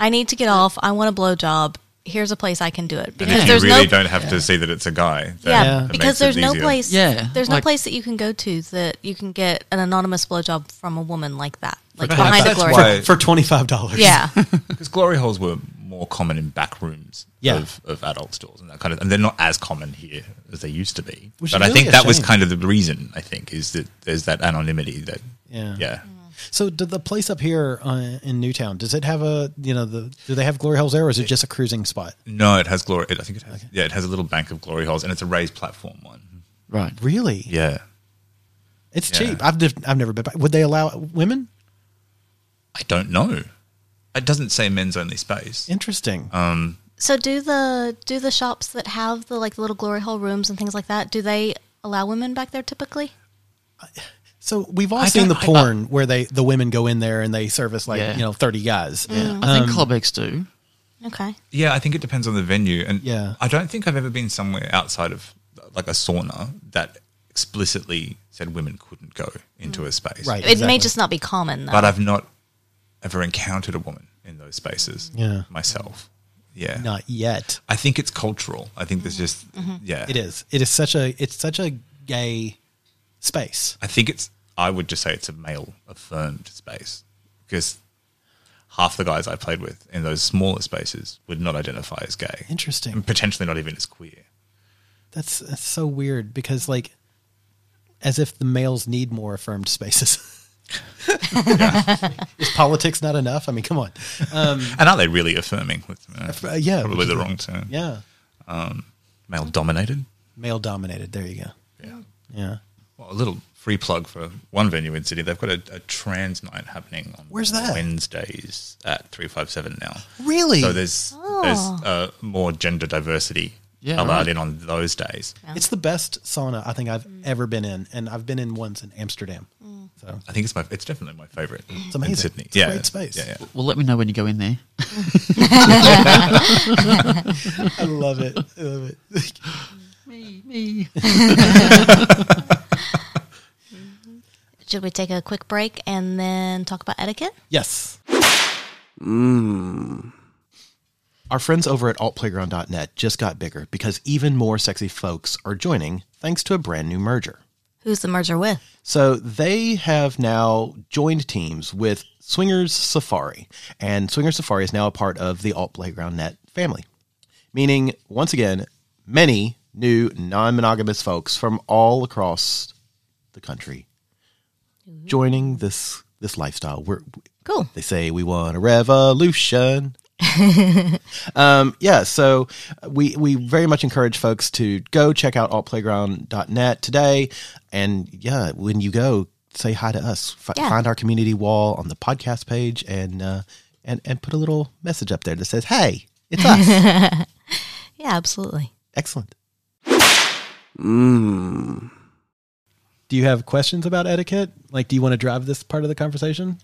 Speaker 4: I need to get off. I want a blowjob. Here's a place I can do it
Speaker 8: And
Speaker 4: because
Speaker 8: if you
Speaker 4: there's
Speaker 8: really
Speaker 4: no
Speaker 8: don't have to see that it's a guy. then
Speaker 4: yeah,
Speaker 6: Yeah.
Speaker 8: it
Speaker 4: because
Speaker 8: makes it
Speaker 4: there's no
Speaker 8: easier.
Speaker 4: place
Speaker 7: Yeah,
Speaker 4: there's no
Speaker 7: like-
Speaker 4: place that you can go to that you can get an anonymous blowjob from a woman like that like
Speaker 8: Perhaps
Speaker 4: behind a
Speaker 8: that's
Speaker 4: glory
Speaker 8: why-
Speaker 4: hole.
Speaker 8: I-
Speaker 6: For twenty five dollars.
Speaker 4: yeah
Speaker 8: Because glory holes were more common in back rooms
Speaker 6: Yeah.
Speaker 8: of, of adult stores and that kind of and they're not as common here as they used to be.
Speaker 6: Which is
Speaker 8: but I
Speaker 6: really
Speaker 8: think
Speaker 6: a
Speaker 8: that was
Speaker 6: shame.
Speaker 8: kind of the reason, I think, is that there's that anonymity that
Speaker 6: Yeah.
Speaker 8: yeah.
Speaker 4: Mm.
Speaker 6: So, did the place up here uh, in Newtown does it have a you know the do they have glory holes there or is it just a cruising spot?
Speaker 8: No, it has glory. It, I think it has. Yeah, it has a little bank of glory holes, and it's a raised platform one.
Speaker 7: Right.
Speaker 6: Really?
Speaker 8: Yeah,
Speaker 6: It's
Speaker 8: Yeah.
Speaker 6: cheap. I've div- I've never been. Back. Would they allow women?
Speaker 8: I don't know. It doesn't say men's only space.
Speaker 6: Interesting.
Speaker 8: Um,
Speaker 4: so do the do the shops that have the like the little glory hole rooms and things like that do they allow women back there typically
Speaker 6: so we've all
Speaker 7: I
Speaker 6: seen the
Speaker 7: don't- I-
Speaker 6: porn where they the women go in there and they service like
Speaker 7: Yeah.
Speaker 6: you know thirty guys.
Speaker 4: Mm.
Speaker 7: I think Club X do.
Speaker 4: okay
Speaker 8: yeah, I think it depends on the venue, and
Speaker 6: Yeah.
Speaker 8: I don't think I've ever been somewhere outside of like a sauna that explicitly said women couldn't go into a space.
Speaker 6: Right.
Speaker 4: it
Speaker 6: exactly.
Speaker 4: may just not be common though
Speaker 8: but I've not ever encountered a woman in those spaces.
Speaker 6: Yeah.
Speaker 8: myself. Yeah,
Speaker 6: not yet.
Speaker 8: I think it's cultural. I think there's just yeah,
Speaker 6: Mm-hmm. It is. It is such a it's such a gay space.
Speaker 8: I think it's. I would just say it's a male affirmed space because half the guys I played with in those smaller spaces would not identify as gay,
Speaker 6: Interesting.
Speaker 8: and potentially not even as queer.
Speaker 6: That's, that's so weird because like as if the males need more affirmed spaces. is politics not enough? I mean, come on.
Speaker 8: And are they really affirming? With, uh,
Speaker 6: Uh, yeah,
Speaker 8: probably
Speaker 6: which
Speaker 8: the
Speaker 6: is-
Speaker 8: wrong term.
Speaker 6: Yeah.
Speaker 8: Male dominated.
Speaker 6: Male dominated. There you go.
Speaker 8: Yeah.
Speaker 6: Yeah.
Speaker 8: Well, a little free plug for one venue in Sydney. They've got a, a trans night happening on
Speaker 6: Where's that?
Speaker 8: Wednesdays at three five seven now.
Speaker 6: Really?
Speaker 8: So there's there's uh, more gender diversity
Speaker 7: Yeah,
Speaker 8: allowed
Speaker 7: right.
Speaker 8: in on those days.
Speaker 6: it's the best sauna I think I've ever been in, and I've been in once in Amsterdam. So
Speaker 8: I think it's my it's definitely my favorite.
Speaker 6: it's amazing.
Speaker 8: In Sydney.
Speaker 6: It's a great space.
Speaker 8: Yeah, yeah.
Speaker 7: Well, let me know when you go in there.
Speaker 6: I love it. I love it.
Speaker 7: me, me.
Speaker 4: should we take a quick break and then talk about etiquette
Speaker 6: Yes. Our friends over at altplayground.net just got bigger because even more sexy folks are joining thanks to a brand new merger.
Speaker 4: Who's the merger with?
Speaker 6: So they have now joined teams with Swingers Safari, and Swingers Safari is now a part of the Alt Playground Net family, meaning once again many new non-monogamous folks from all across the country joining this this lifestyle. We're
Speaker 4: Cool.
Speaker 6: they say we want a revolution. um, yeah, so we we very much encourage folks to go check out altplayground.net today, and yeah, when you go, say hi to us. F-
Speaker 4: Yeah.
Speaker 6: Find our community wall on the podcast page, and uh, and and put a little message up there that says, "Hey, it's us."
Speaker 4: Yeah, absolutely.
Speaker 6: Excellent. Do you have questions about etiquette? Like, do you want to drive this part of the conversation?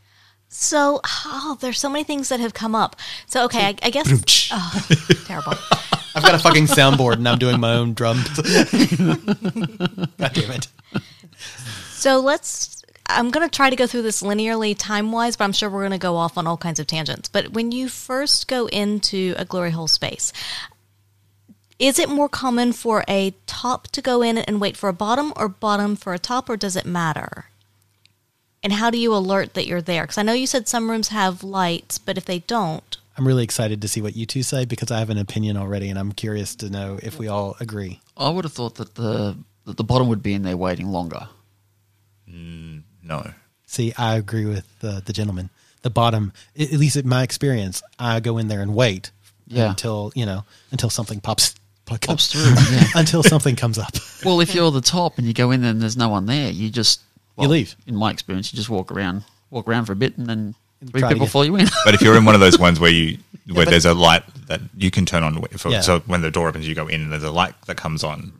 Speaker 4: So, oh, there's so many things that have come up. So, okay, I, I guess. Oh, terrible.
Speaker 6: I've got a fucking soundboard and I'm doing my own drums. God damn it.
Speaker 4: So let's. I'm going to try to go through this linearly time wise, but I'm sure we're going to go off on all kinds of tangents. But when you first go into a glory hole space, is it more common for a top to go in and wait for a bottom or bottom for a top, or does it matter? And how do you alert that you're there? Because I know you said some rooms have lights, but if they don't,
Speaker 6: I'm really excited to see what you two say because I have an opinion already and I'm curious to know if we all agree.
Speaker 7: I would have thought that the that the bottom would be in there waiting longer.
Speaker 8: No.
Speaker 6: See, I agree with the, the gentleman. The bottom, a- at least in my experience, I go in there and wait
Speaker 7: Yeah.
Speaker 6: until, you know, until something pops,
Speaker 7: Pops through. yeah.
Speaker 6: until something comes up.
Speaker 7: Well, if you're the top and you go in there and there's no one there, you just
Speaker 6: You
Speaker 7: well,
Speaker 6: leave.
Speaker 7: In my experience, you just walk around, walk around for a bit, and then three
Speaker 6: try it
Speaker 7: people
Speaker 6: again.
Speaker 7: follow you in.
Speaker 8: But if you're in one of those ones where you where there's a light that you can turn on, for,
Speaker 6: Yeah.
Speaker 8: so when the door opens, you go in and there's a light that comes on.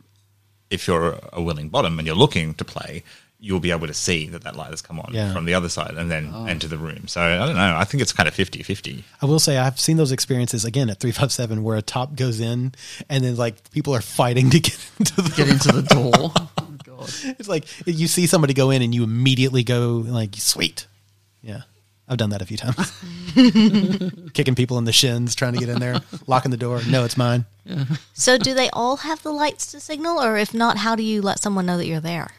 Speaker 8: If you're a willing bottom and you're looking to play, you'll be able to see that that light has come on
Speaker 6: Yeah. Oh.
Speaker 8: from the other side and then enter the room. So I don't know. I think it's kind of 50 50.
Speaker 6: I will say I've seen those experiences again at 357 where a top goes in and then like people are fighting to get into the
Speaker 7: Get into the door. Oh, God.
Speaker 6: It's like you see somebody go in and you immediately go like, "Sweet, yeah." I've done that a few times, kicking people in the shins, trying to get in there, locking the door. No, it's mine.
Speaker 4: so do they all have the lights to signal? Or if not, how do you let someone know that you're there?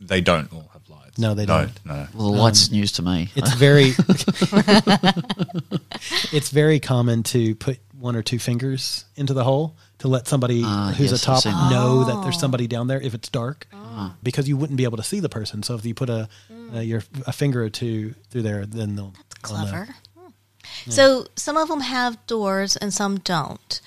Speaker 8: They don't all have lights.
Speaker 6: No, they
Speaker 8: no,
Speaker 6: don't.
Speaker 8: No.
Speaker 7: Well, the lights is news to me.
Speaker 6: It's very, it's very common to put one or two fingers into the hole to let somebody
Speaker 7: Ah,
Speaker 6: who's
Speaker 7: yes,
Speaker 6: a
Speaker 7: I've
Speaker 6: top
Speaker 7: seen that.
Speaker 6: know that
Speaker 4: Oh.
Speaker 6: there's somebody down there if it's dark,
Speaker 4: Ah.
Speaker 6: because you wouldn't be able to see the person. So if you put a uh, your a finger or two through there, then they'll
Speaker 4: That's
Speaker 6: they'll know.
Speaker 4: clever. Hmm. So some of them have doors and some don't.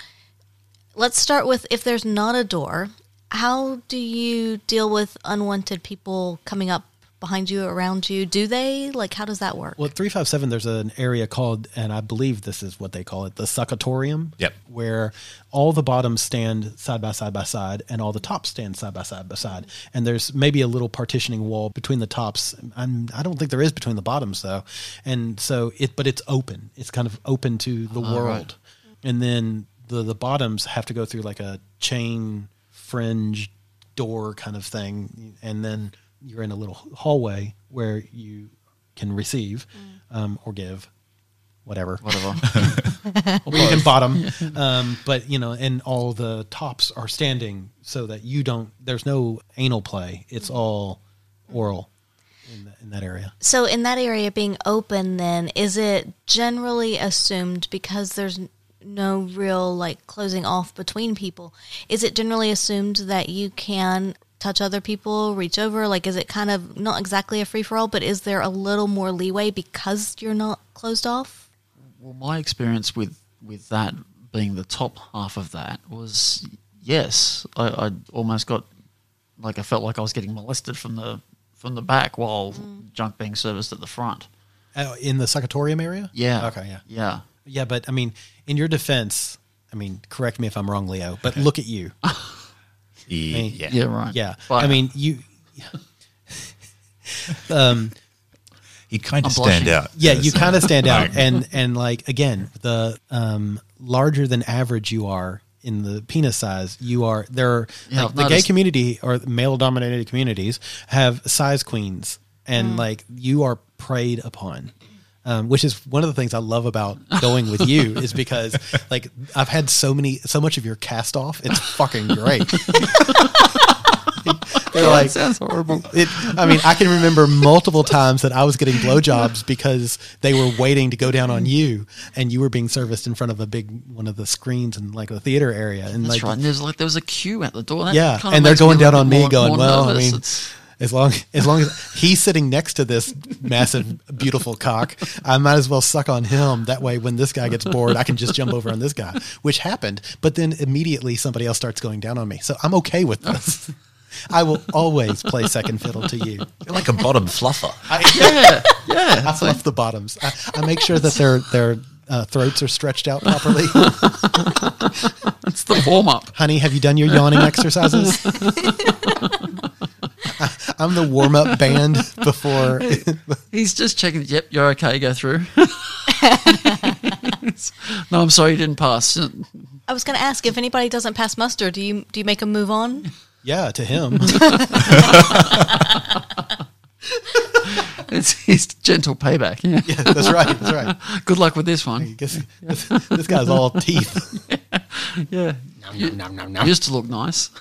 Speaker 4: Let's start with if there's not a door, how do you deal with unwanted people coming up behind you, around you? Do they? Like, how does that work?
Speaker 6: Well, at 357, there's an area called, and I believe this is what they call it, the succatorium.
Speaker 8: Yep.
Speaker 6: Where all the bottoms stand side by side by side, and all the tops stand side by side by side. And there's maybe a little partitioning wall between the tops. I'm, I don't think there is between the bottoms, though. And so it, but it's open. It's kind of open to the world. And then the, the bottoms have to go through like a chain fringe door kind of thing. And then you're in a little hallway where you can receive um, or give whatever
Speaker 7: Whatever.
Speaker 6: or you can bottom um, but you know and all the tops are standing so that you don't there's no anal play it's all oral in, the, in that area
Speaker 4: so in that area being open, then is it generally assumed because there's n- no real like closing off between people? Is it generally assumed that you can touch other people, reach over? Like, is it kind of not exactly a free for all, but is there a little more leeway because you're not closed off?
Speaker 7: Well, my experience with with that being the top half of that was yes, I, I almost got like I felt like I was getting molested from the from the back while junk being serviced at the front.
Speaker 6: uh, in the succatorium area
Speaker 7: Yeah.
Speaker 6: okay yeah
Speaker 7: Yeah.
Speaker 6: yeah but i mean in your defense i mean correct me if i'm wrong leo but look at you
Speaker 8: E- yeah.
Speaker 7: Yeah. Right.
Speaker 6: yeah
Speaker 7: But-
Speaker 6: i mean you
Speaker 8: You kind
Speaker 7: I'm
Speaker 8: of stand
Speaker 7: blushing.
Speaker 8: out.
Speaker 6: yeah
Speaker 8: Yes.
Speaker 6: you kind of stand out
Speaker 8: Right.
Speaker 6: and and like again the um larger than average you are in the penis size you are there are
Speaker 7: Yeah,
Speaker 6: like,
Speaker 7: I've
Speaker 6: the gay
Speaker 7: noticed-
Speaker 6: community or male dominated communities have size queens and like you are preyed upon um, which is one of the things I love about going with you is because like I've had so many so much of your cast off it's fucking great They're like,
Speaker 7: sounds horrible.
Speaker 6: it, I mean, I can remember multiple times that I was getting blowjobs because they were waiting to go down on you, and you were being serviced in front of a big one of the screens in like the theater area, and
Speaker 7: That's
Speaker 6: like,
Speaker 7: right. And there's like there was a queue at the door. That
Speaker 6: yeah,
Speaker 7: kinda
Speaker 6: and they're
Speaker 7: makes me a
Speaker 6: going down
Speaker 7: little
Speaker 6: on
Speaker 7: bit
Speaker 6: me,
Speaker 7: more-
Speaker 6: going,
Speaker 7: more
Speaker 6: well, I
Speaker 7: nervous.
Speaker 6: mean.
Speaker 7: It's-
Speaker 6: As long as long as he's sitting next to this massive, beautiful cock, I might as well suck on him. That way, when this guy gets bored, I can just jump over on this guy, which happened. But then immediately somebody else starts going down on me, so I'm okay with this. I will always play second fiddle to you.
Speaker 11: You're like a bottom fluffer.
Speaker 7: yeah, yeah.
Speaker 6: I fluff the bottoms. I, I make sure that their their uh, throats are stretched out properly.
Speaker 7: It's the warm up.
Speaker 6: Honey, have you done your yawning exercises? I, am the warm up band before.
Speaker 7: He's just checking. Yep, you're okay. Go through. no, I'm sorry, you didn't pass.
Speaker 4: I was going to ask if anybody doesn't pass muster, do you do you make a move on?
Speaker 6: yeah, to him.
Speaker 7: It's, it's gentle payback. Yeah.
Speaker 6: Yeah, that's right. That's right.
Speaker 7: Good luck with this
Speaker 6: I
Speaker 7: one.
Speaker 6: guess this, this guy's all teeth.
Speaker 7: Yeah. Used to look nice.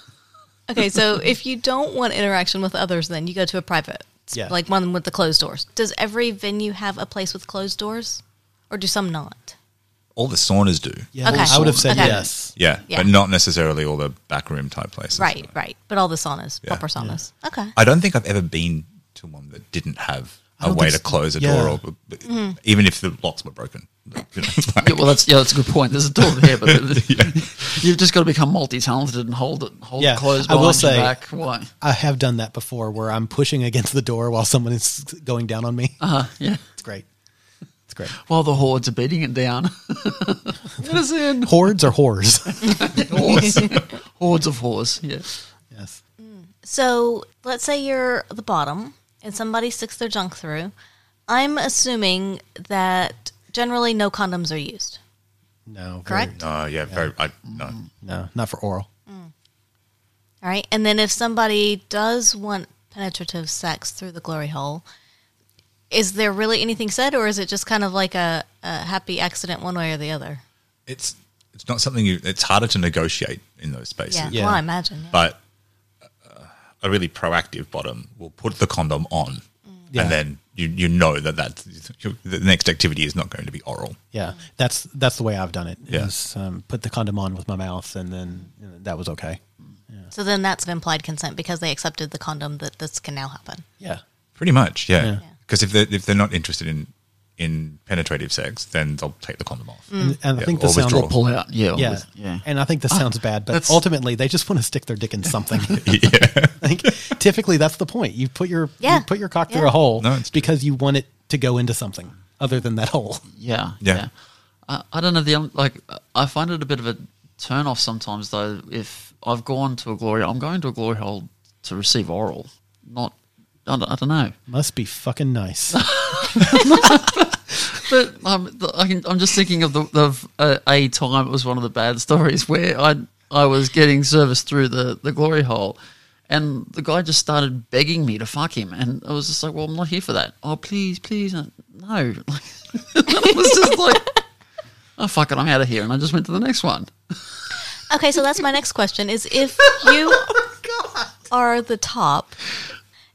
Speaker 4: Okay, so if you don't want interaction with others, then you go to a private,
Speaker 6: Yeah.
Speaker 4: like one with the closed doors. Does every venue have a place with closed doors, or do some not?
Speaker 8: All the saunas do.
Speaker 6: Yeah,
Speaker 4: Okay.
Speaker 6: I would have said
Speaker 4: Okay.
Speaker 6: yes.
Speaker 8: Yeah,
Speaker 4: Yeah.
Speaker 8: but not necessarily all the backroom type places.
Speaker 4: Right, right. But all the saunas,
Speaker 8: Yeah.
Speaker 4: proper saunas. Okay.
Speaker 8: I don't think I've ever been to one that didn't have a
Speaker 6: don't
Speaker 8: way
Speaker 6: think
Speaker 8: to
Speaker 6: so.
Speaker 8: close a
Speaker 6: Yeah.
Speaker 8: door, or,
Speaker 4: Mm-hmm.
Speaker 8: even if the locks were broken. You know, it's like-
Speaker 7: Yeah, well, that's yeah, that's a good point. There's a door there, but you've just got to become multi-talented and hold it, hold
Speaker 6: Yeah,
Speaker 7: it closed.
Speaker 6: I will
Speaker 7: behind your
Speaker 6: say-
Speaker 7: back. why?
Speaker 6: I have done that before, where I'm pushing against the door while someone is going down on me.
Speaker 7: Uh, yeah,
Speaker 6: It's great. It's great.
Speaker 7: while the hordes are beating it down. it is in
Speaker 6: Hordes or whores?
Speaker 7: hordes, hordes of whores. Yeah,
Speaker 6: yes.
Speaker 4: So let's say you're the bottom and somebody sticks their junk through. I'm assuming that generally no condoms are used,
Speaker 6: No. very-
Speaker 4: correct?
Speaker 8: no, yeah, very. I, no,
Speaker 6: No, not for oral.
Speaker 4: All right. And then if somebody does want penetrative sex through the glory hole, is there really anything said, or is it just kind of like a, a happy accident one way or the other?
Speaker 8: it's it's not something you. It's harder to negotiate in those spaces.
Speaker 4: Yeah.
Speaker 6: Yeah.
Speaker 4: Well, I imagine. yeah.
Speaker 8: But uh, a really proactive bottom will put the condom on,
Speaker 4: Mm.
Speaker 6: Yeah.
Speaker 8: and then you you know that that's, the next activity is not going to be oral.
Speaker 6: Yeah, that's that's the way I've done it.
Speaker 8: Yeah.
Speaker 6: Is, um, put the condom on with my mouth, and then you know, that was okay.
Speaker 4: So then that's an implied consent because they accepted the condom that this can now happen.
Speaker 6: Yeah,
Speaker 8: Pretty much, yeah.
Speaker 6: Yeah.
Speaker 8: Because if they're if they're not interested in in penetrative sex, then they'll take the condom off.
Speaker 6: and, and I
Speaker 8: Yeah,
Speaker 6: think the
Speaker 8: or
Speaker 6: sound.
Speaker 8: withdrawal.
Speaker 7: pull out. Yeah,
Speaker 6: Yeah,
Speaker 7: with- yeah.
Speaker 6: and I think this sounds bad, but
Speaker 7: that's-
Speaker 6: ultimately they just want to stick their dick in something.
Speaker 8: yeah,
Speaker 6: I think typically that's the point. You put your
Speaker 4: Yeah.
Speaker 6: you put your cock
Speaker 4: Yeah.
Speaker 6: through a hole
Speaker 8: No, it's true.
Speaker 6: because you want it to go into something other than that hole.
Speaker 7: Yeah,
Speaker 8: Yeah.
Speaker 7: yeah. I, I don't know the um, like. I find it a bit of a turn off sometimes though. If I've gone to a glory, I'm going to a glory hole to receive oral, not. I don't, I don't know,
Speaker 6: Must be fucking nice.
Speaker 7: but um, the, I can, I'm just thinking of the of uh, a time. It was one of the bad stories where I I was getting service through the the glory hole, and the guy just started begging me to fuck him, and I was just like, "Well, I'm not here for that. Oh, please, please, uh, no!" Like, I was just like, "Oh fuck it, I'm out of here," and I just went to the next one.
Speaker 4: Okay, so that's my next question is if you
Speaker 7: Oh,
Speaker 4: are the top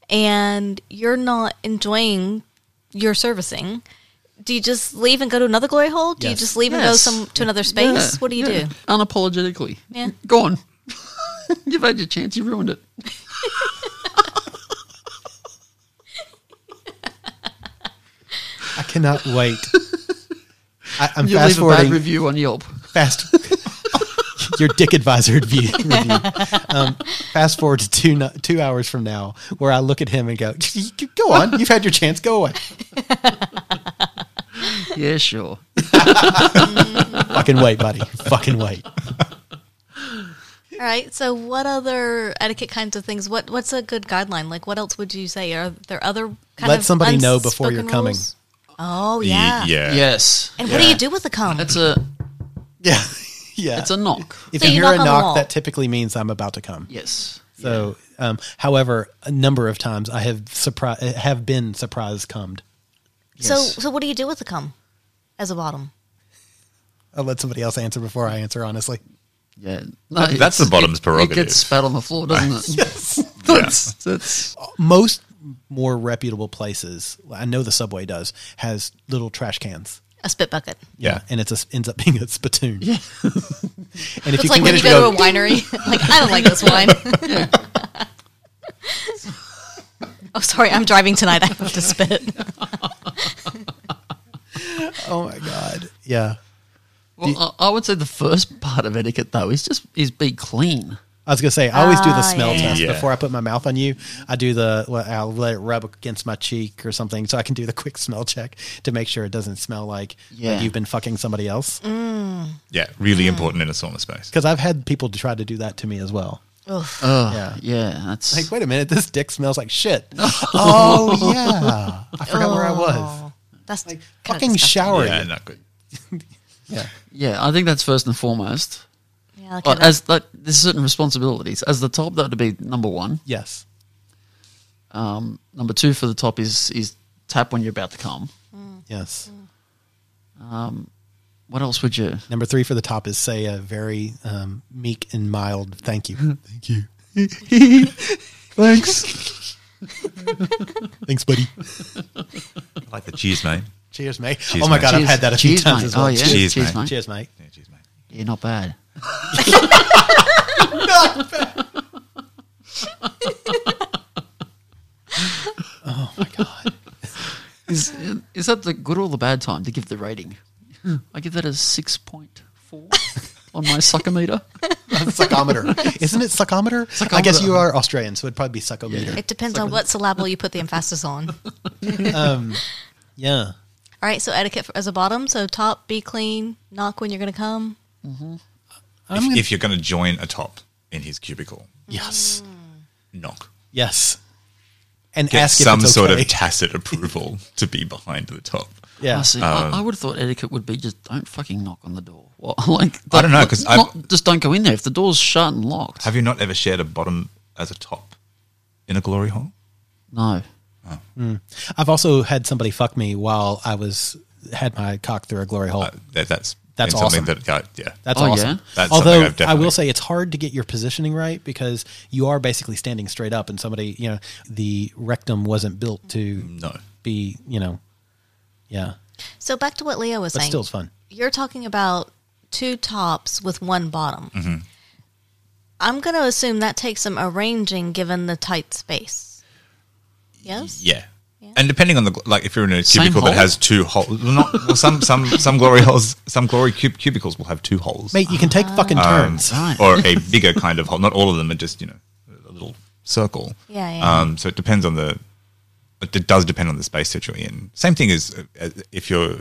Speaker 4: and you're not enjoying your servicing, do you just leave and go to another glory hole? Do you
Speaker 6: Yes.
Speaker 4: just leave and go
Speaker 7: Yes.
Speaker 4: some to another space?
Speaker 7: Yeah,
Speaker 4: what do you
Speaker 7: yeah.
Speaker 4: do?
Speaker 7: Unapologetically.
Speaker 4: Yeah.
Speaker 7: Go on. You've had your chance. You ruined it.
Speaker 6: I cannot wait. I, I'm fast
Speaker 7: You leave a bad
Speaker 6: forwarding
Speaker 7: review on Yelp.
Speaker 6: fast. Your dick advisor review. review. Um, fast forward to two no- two hours from now, where I look at him and go, "Go on, you've had your chance. Go away."
Speaker 7: Yeah, sure.
Speaker 6: Fucking wait, buddy. Fucking wait.
Speaker 4: All right. So what other etiquette kinds of things? What what's a good guideline? Like what else would you say? Are there other kind
Speaker 6: Let
Speaker 4: of
Speaker 6: somebody know before you're
Speaker 4: unspoken
Speaker 6: coming.
Speaker 4: rules? Oh
Speaker 8: Y-
Speaker 4: yeah.
Speaker 8: yeah.
Speaker 7: Yes.
Speaker 4: And what do you do with the cum?
Speaker 7: It's a
Speaker 6: Yeah, yeah.
Speaker 7: it's a knock.
Speaker 6: if
Speaker 4: So
Speaker 6: you
Speaker 4: you knock
Speaker 6: hear
Speaker 4: on
Speaker 6: a
Speaker 4: the
Speaker 6: knock,
Speaker 4: wall.
Speaker 6: that typically means I'm about to come.
Speaker 7: Yes.
Speaker 6: So, um, however, a number of times I have surprise have been surprise cummed.
Speaker 4: so
Speaker 7: Yes.
Speaker 4: so what do you do with the cum as a bottom?
Speaker 6: I'll let somebody else answer before I answer. Honestly,
Speaker 7: Yeah. No,
Speaker 8: That's- that's
Speaker 7: it's-
Speaker 8: the bottom's
Speaker 7: it- It
Speaker 8: prerogative.
Speaker 7: gets spat on the floor, doesn't it?
Speaker 6: yes,
Speaker 7: That's, that's
Speaker 6: Most more reputable places, I know the subway does, has little trash cans.
Speaker 4: A spit bucket.
Speaker 8: Yeah.
Speaker 6: and it's a, ends up being a spittoon. Yeah, and if
Speaker 4: It's
Speaker 6: you
Speaker 4: like
Speaker 6: can
Speaker 4: when
Speaker 6: get
Speaker 4: you
Speaker 6: it,
Speaker 4: go to a winery. like, I don't like this wine. oh, sorry. I'm driving tonight. I have to spit.
Speaker 6: oh my god, yeah.
Speaker 7: well, I I would say the first part of etiquette though is just is be clean.
Speaker 6: I was gonna say I always do the
Speaker 4: Ah,
Speaker 6: smell
Speaker 4: yeah.
Speaker 6: test
Speaker 8: Yeah.
Speaker 6: before I put my mouth on you. I do the well, I'll let it rub against my cheek or something so I can do the quick smell check to make sure it doesn't smell like
Speaker 7: Yeah.
Speaker 6: you've been fucking somebody else.
Speaker 4: Mm.
Speaker 8: Yeah, really important in a sauna space.
Speaker 6: Because I've had people to try to do that to me as well.
Speaker 7: Ugh,
Speaker 6: Yeah.
Speaker 7: yeah. that's
Speaker 6: Like, wait a minute, this dick smells like shit. oh yeah, I forgot where I was.
Speaker 4: Oh. That's like
Speaker 6: Fucking shower.
Speaker 8: Yeah,
Speaker 6: you.
Speaker 8: not good.
Speaker 7: yeah. I think that's first and foremost.
Speaker 4: Yeah, okay,
Speaker 7: Uh,
Speaker 4: that-
Speaker 7: as like, there's certain responsibilities as the top that would be number one.
Speaker 6: Yes.
Speaker 7: Um, number two for the top is is tap when you're about to come.
Speaker 6: Yes.
Speaker 7: What else would you?
Speaker 6: Number three for the top is say a very um, meek and mild thank you. thank you. Thanks. Thanks, buddy.
Speaker 8: I like the cheers, mate.
Speaker 6: Cheers, mate.
Speaker 8: Cheers,
Speaker 6: oh my
Speaker 8: mate.
Speaker 6: god, I've
Speaker 7: Cheers-
Speaker 6: had that a few
Speaker 7: cheers,
Speaker 6: times
Speaker 7: mate.
Speaker 6: as well.
Speaker 7: Oh, yeah.
Speaker 8: Cheers,
Speaker 7: Cheers,
Speaker 8: mate.
Speaker 7: mate.
Speaker 6: Cheers, mate.
Speaker 8: Yeah, cheers, mate.
Speaker 7: Yeah, not bad.
Speaker 6: My God.
Speaker 7: Is is that the good or the bad time to give the rating? I give that a six point four on my succometer.
Speaker 6: Succometer. Isn't it succometer? I guess you are Australian, so it'd probably be succometer.
Speaker 4: it depends on what syllable you put the emphasis on. All
Speaker 6: Yeah.
Speaker 4: right. So etiquette for, as a bottom. So top, be clean, knock when you're going to come.
Speaker 8: If, if you're going to join a top in his cubicle,
Speaker 6: Yes.
Speaker 7: Mm.
Speaker 8: knock.
Speaker 6: Yes. And
Speaker 8: Get
Speaker 6: ask
Speaker 8: some
Speaker 6: if it's
Speaker 8: sort of
Speaker 6: okay.
Speaker 8: tacit approval to be behind the top.
Speaker 6: yeah.
Speaker 7: I see.
Speaker 8: Um,
Speaker 7: I, I would have thought etiquette would be just don't fucking knock on the door. Well, like
Speaker 8: I don't know, 'cause I've-
Speaker 7: not- just don't go in there if the door's shut and locked.
Speaker 8: Have you not ever shared a bottom as a top in a glory hole?
Speaker 7: no.
Speaker 6: I've also had somebody fuck me while I was had my cock through a glory hole.
Speaker 8: Uh, that, that's
Speaker 6: That's
Speaker 8: been something
Speaker 6: awesome.
Speaker 8: that yeah, yeah.
Speaker 6: That's
Speaker 7: Oh,
Speaker 6: awesome.
Speaker 7: yeah?
Speaker 8: That's
Speaker 6: Although
Speaker 8: something I've
Speaker 6: I
Speaker 8: definitely-
Speaker 6: will say it's hard to get your positioning right because you are basically standing straight up, and somebody, you know, the rectum wasn't built to
Speaker 8: no.
Speaker 6: be, you know, yeah.
Speaker 4: So back to what Leo was
Speaker 6: But
Speaker 4: saying.
Speaker 6: still, it's fun.
Speaker 4: you're talking about two tops with one bottom. I'm going to assume that takes some arranging given the tight space. Yes?
Speaker 8: Yeah. And depending on the gl- like, if you're in a
Speaker 7: Same
Speaker 8: cubicle that
Speaker 7: hole?
Speaker 8: has two holes, not well, some some some glory holes, some glory cub- cubicles will have two holes, Um,
Speaker 6: Mate, you can take fucking
Speaker 8: Uh-huh.
Speaker 6: turns.
Speaker 7: Right.
Speaker 8: or a bigger kind of hole. Not all of them are just you know a little circle.
Speaker 4: Yeah, yeah.
Speaker 8: Um, so it depends on the. It does depend on the space that you're in. Same thing as uh, if you're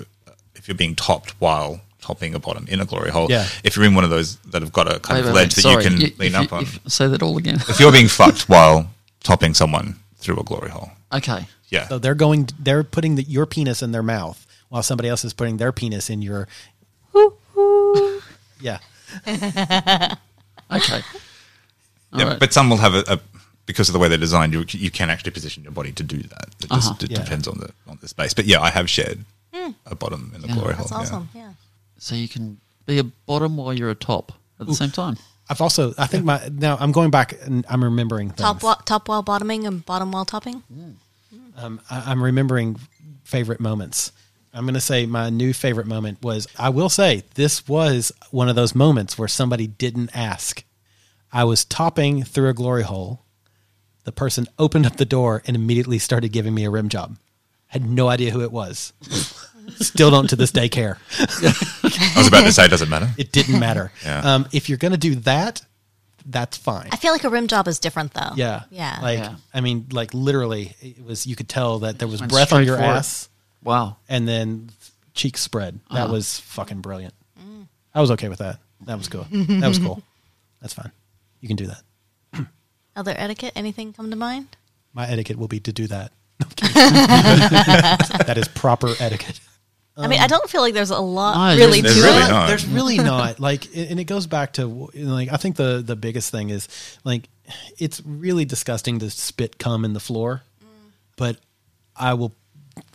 Speaker 8: if you're being topped while topping a bottom in a glory hole.
Speaker 6: Yeah.
Speaker 8: If you're in one of those that have got a kind
Speaker 7: Wait,
Speaker 8: of
Speaker 7: wait,
Speaker 8: ledge that
Speaker 7: wait, sorry.
Speaker 8: you can
Speaker 7: Y-
Speaker 8: lean
Speaker 7: if you-
Speaker 8: up on.
Speaker 7: if- say that all again.
Speaker 8: if you're being fucked while topping someone through a glory hole.
Speaker 7: okay.
Speaker 8: Yeah.
Speaker 6: So they're going, they're putting the, your penis in their mouth while somebody else is putting their penis in your. yeah.
Speaker 7: Okay.
Speaker 8: Yeah,
Speaker 7: Alright.
Speaker 8: But some will have a, a because of the way they're designed, you, you can actually position your body to do that. It just
Speaker 7: Uh-huh.
Speaker 8: it
Speaker 6: Yeah.
Speaker 8: depends on the on the space. But yeah, I have shared a bottom in the glory
Speaker 4: Hmm. That's
Speaker 8: hole. Oh, yeah.
Speaker 4: awesome. Yeah.
Speaker 7: So you can be a bottom while you're a top at the same time.
Speaker 6: I've also, I think my, now I'm going back and I'm remembering things.
Speaker 4: Top, wa- top while bottoming and bottom while topping?
Speaker 6: um, I, I'm remembering favorite moments. I'm going to say my new favorite moment was I will say this was one of those moments where somebody didn't ask. I was topping through a glory hole. The person opened up the door and immediately started giving me a rim job. Had no idea who it was. Still don't to this day care.
Speaker 8: I was about to say it doesn't matter.
Speaker 6: It didn't matter.
Speaker 8: Yeah.
Speaker 6: um, if you're going to do that, that's fine.
Speaker 4: I feel like a rim job is different though.
Speaker 6: Yeah.
Speaker 4: Yeah.
Speaker 6: Like,
Speaker 7: Yeah.
Speaker 6: I mean, like literally, it was, you could tell that there was
Speaker 7: Went
Speaker 6: breath on
Speaker 7: straight
Speaker 6: your
Speaker 7: for it.
Speaker 6: ass.
Speaker 7: Wow.
Speaker 6: and then cheeks spread. That
Speaker 4: Uh-huh.
Speaker 6: was fucking brilliant. I was okay with that. That was cool. That was cool. That's fine. You can do that.
Speaker 4: Other etiquette, anything come to mind?
Speaker 6: My etiquette will be to do that. No, I'm kidding. that is proper etiquette.
Speaker 4: I mean, I don't feel like there's a lot
Speaker 7: No,
Speaker 4: Uh, really
Speaker 7: there's-
Speaker 4: to
Speaker 8: there's really
Speaker 4: it.
Speaker 8: not. No.
Speaker 6: Um, There's really not like, and it goes back to you know, like I think the the biggest thing is like it's really disgusting to spit cum in the floor, but I will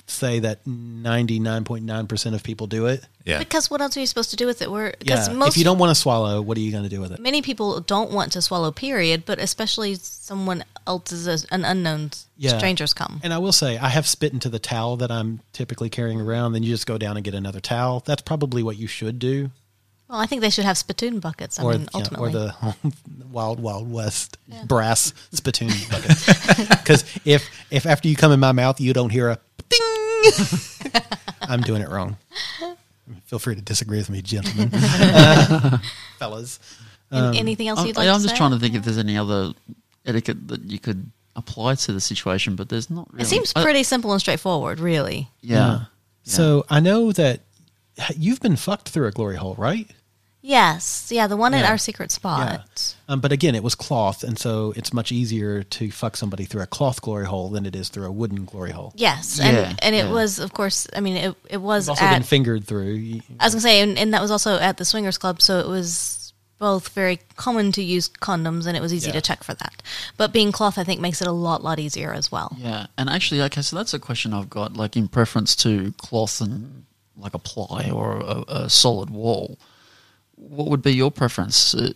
Speaker 6: say that 99.9% of people do it.
Speaker 8: Yeah.
Speaker 4: Because what else are you supposed to do with it? We're because
Speaker 6: Yeah.
Speaker 4: most
Speaker 6: if you don't want to swallow, what are you going to do with it?
Speaker 4: many people don't want to swallow. Period. But especially someone else is a, an unknown s-
Speaker 6: Yeah.
Speaker 4: strangers come.
Speaker 6: And I will say, I have spit into the towel that I'm typically carrying around. Then you just go down and get another towel. That's probably what you should do.
Speaker 4: Well, I think they should have spittoon buckets. I
Speaker 6: or,
Speaker 4: mean,
Speaker 6: yeah,
Speaker 4: ultimately,
Speaker 6: or the Wild Wild West brass spittoon bucket. Because if, if after you come in my mouth, you don't hear a ding, I'm doing it wrong. Feel free to disagree with me, gentlemen, Uh, fellas.
Speaker 4: An- anything else
Speaker 7: I'm,
Speaker 4: you'd like?
Speaker 7: I'm
Speaker 4: to
Speaker 7: just
Speaker 4: say?
Speaker 7: trying to think if there's any other etiquette that you could apply to the situation, but there's not really.
Speaker 4: It seems
Speaker 7: I-
Speaker 4: pretty simple and straightforward, really.
Speaker 7: yeah.
Speaker 6: So I know that you've been fucked through a glory hole, right?
Speaker 4: Yes, yeah, the one at
Speaker 6: Yeah.
Speaker 4: our secret spot.
Speaker 6: Um, but again, it was cloth, and so it's much easier to fuck somebody through a cloth glory hole than it is through a wooden glory hole.
Speaker 4: Yes,
Speaker 7: Yeah,
Speaker 4: and and it
Speaker 7: yeah.
Speaker 4: was, of course. I mean, it it was
Speaker 6: It's also
Speaker 4: at.
Speaker 6: been fingered through.
Speaker 4: I was gonna say, and, and that was also at the swingers club, so it was both very common to use condoms, and it was easy
Speaker 6: Yeah.
Speaker 4: to check for that. But being cloth, I think, makes it a lot lot easier as well.
Speaker 7: Yeah, and actually, okay, so that's a question I've got, like in preference to cloth and like a ply or a, a solid wall. What would be your preference uh,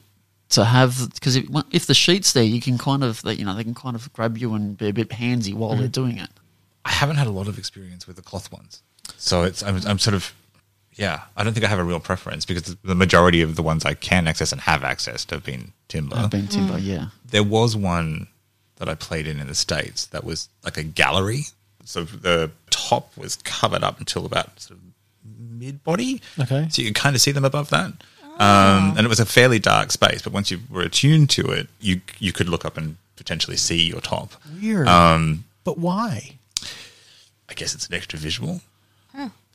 Speaker 7: to have? Because if, if the sheet's there, you can kind of, they- you know, they can kind of grab you and be a bit handsy while they're doing it.
Speaker 8: I haven't had a lot of experience with the cloth ones, so it's I'm, I'm sort of yeah. I don't think I have a real preference because the majority of the ones I can access and have accessed have been timber.
Speaker 7: I've been timber,
Speaker 6: Hmm.
Speaker 7: yeah.
Speaker 8: there was one that I played in in the states that was like a gallery. So the top was covered up until about sort of mid body.
Speaker 6: Okay.
Speaker 8: So you could kind of see them above that. Um, and it was a fairly dark space, but once you were attuned to it, you you could look up and potentially see your top.
Speaker 6: Weird.
Speaker 7: Um,
Speaker 6: but why?
Speaker 8: I guess it's an extra visual.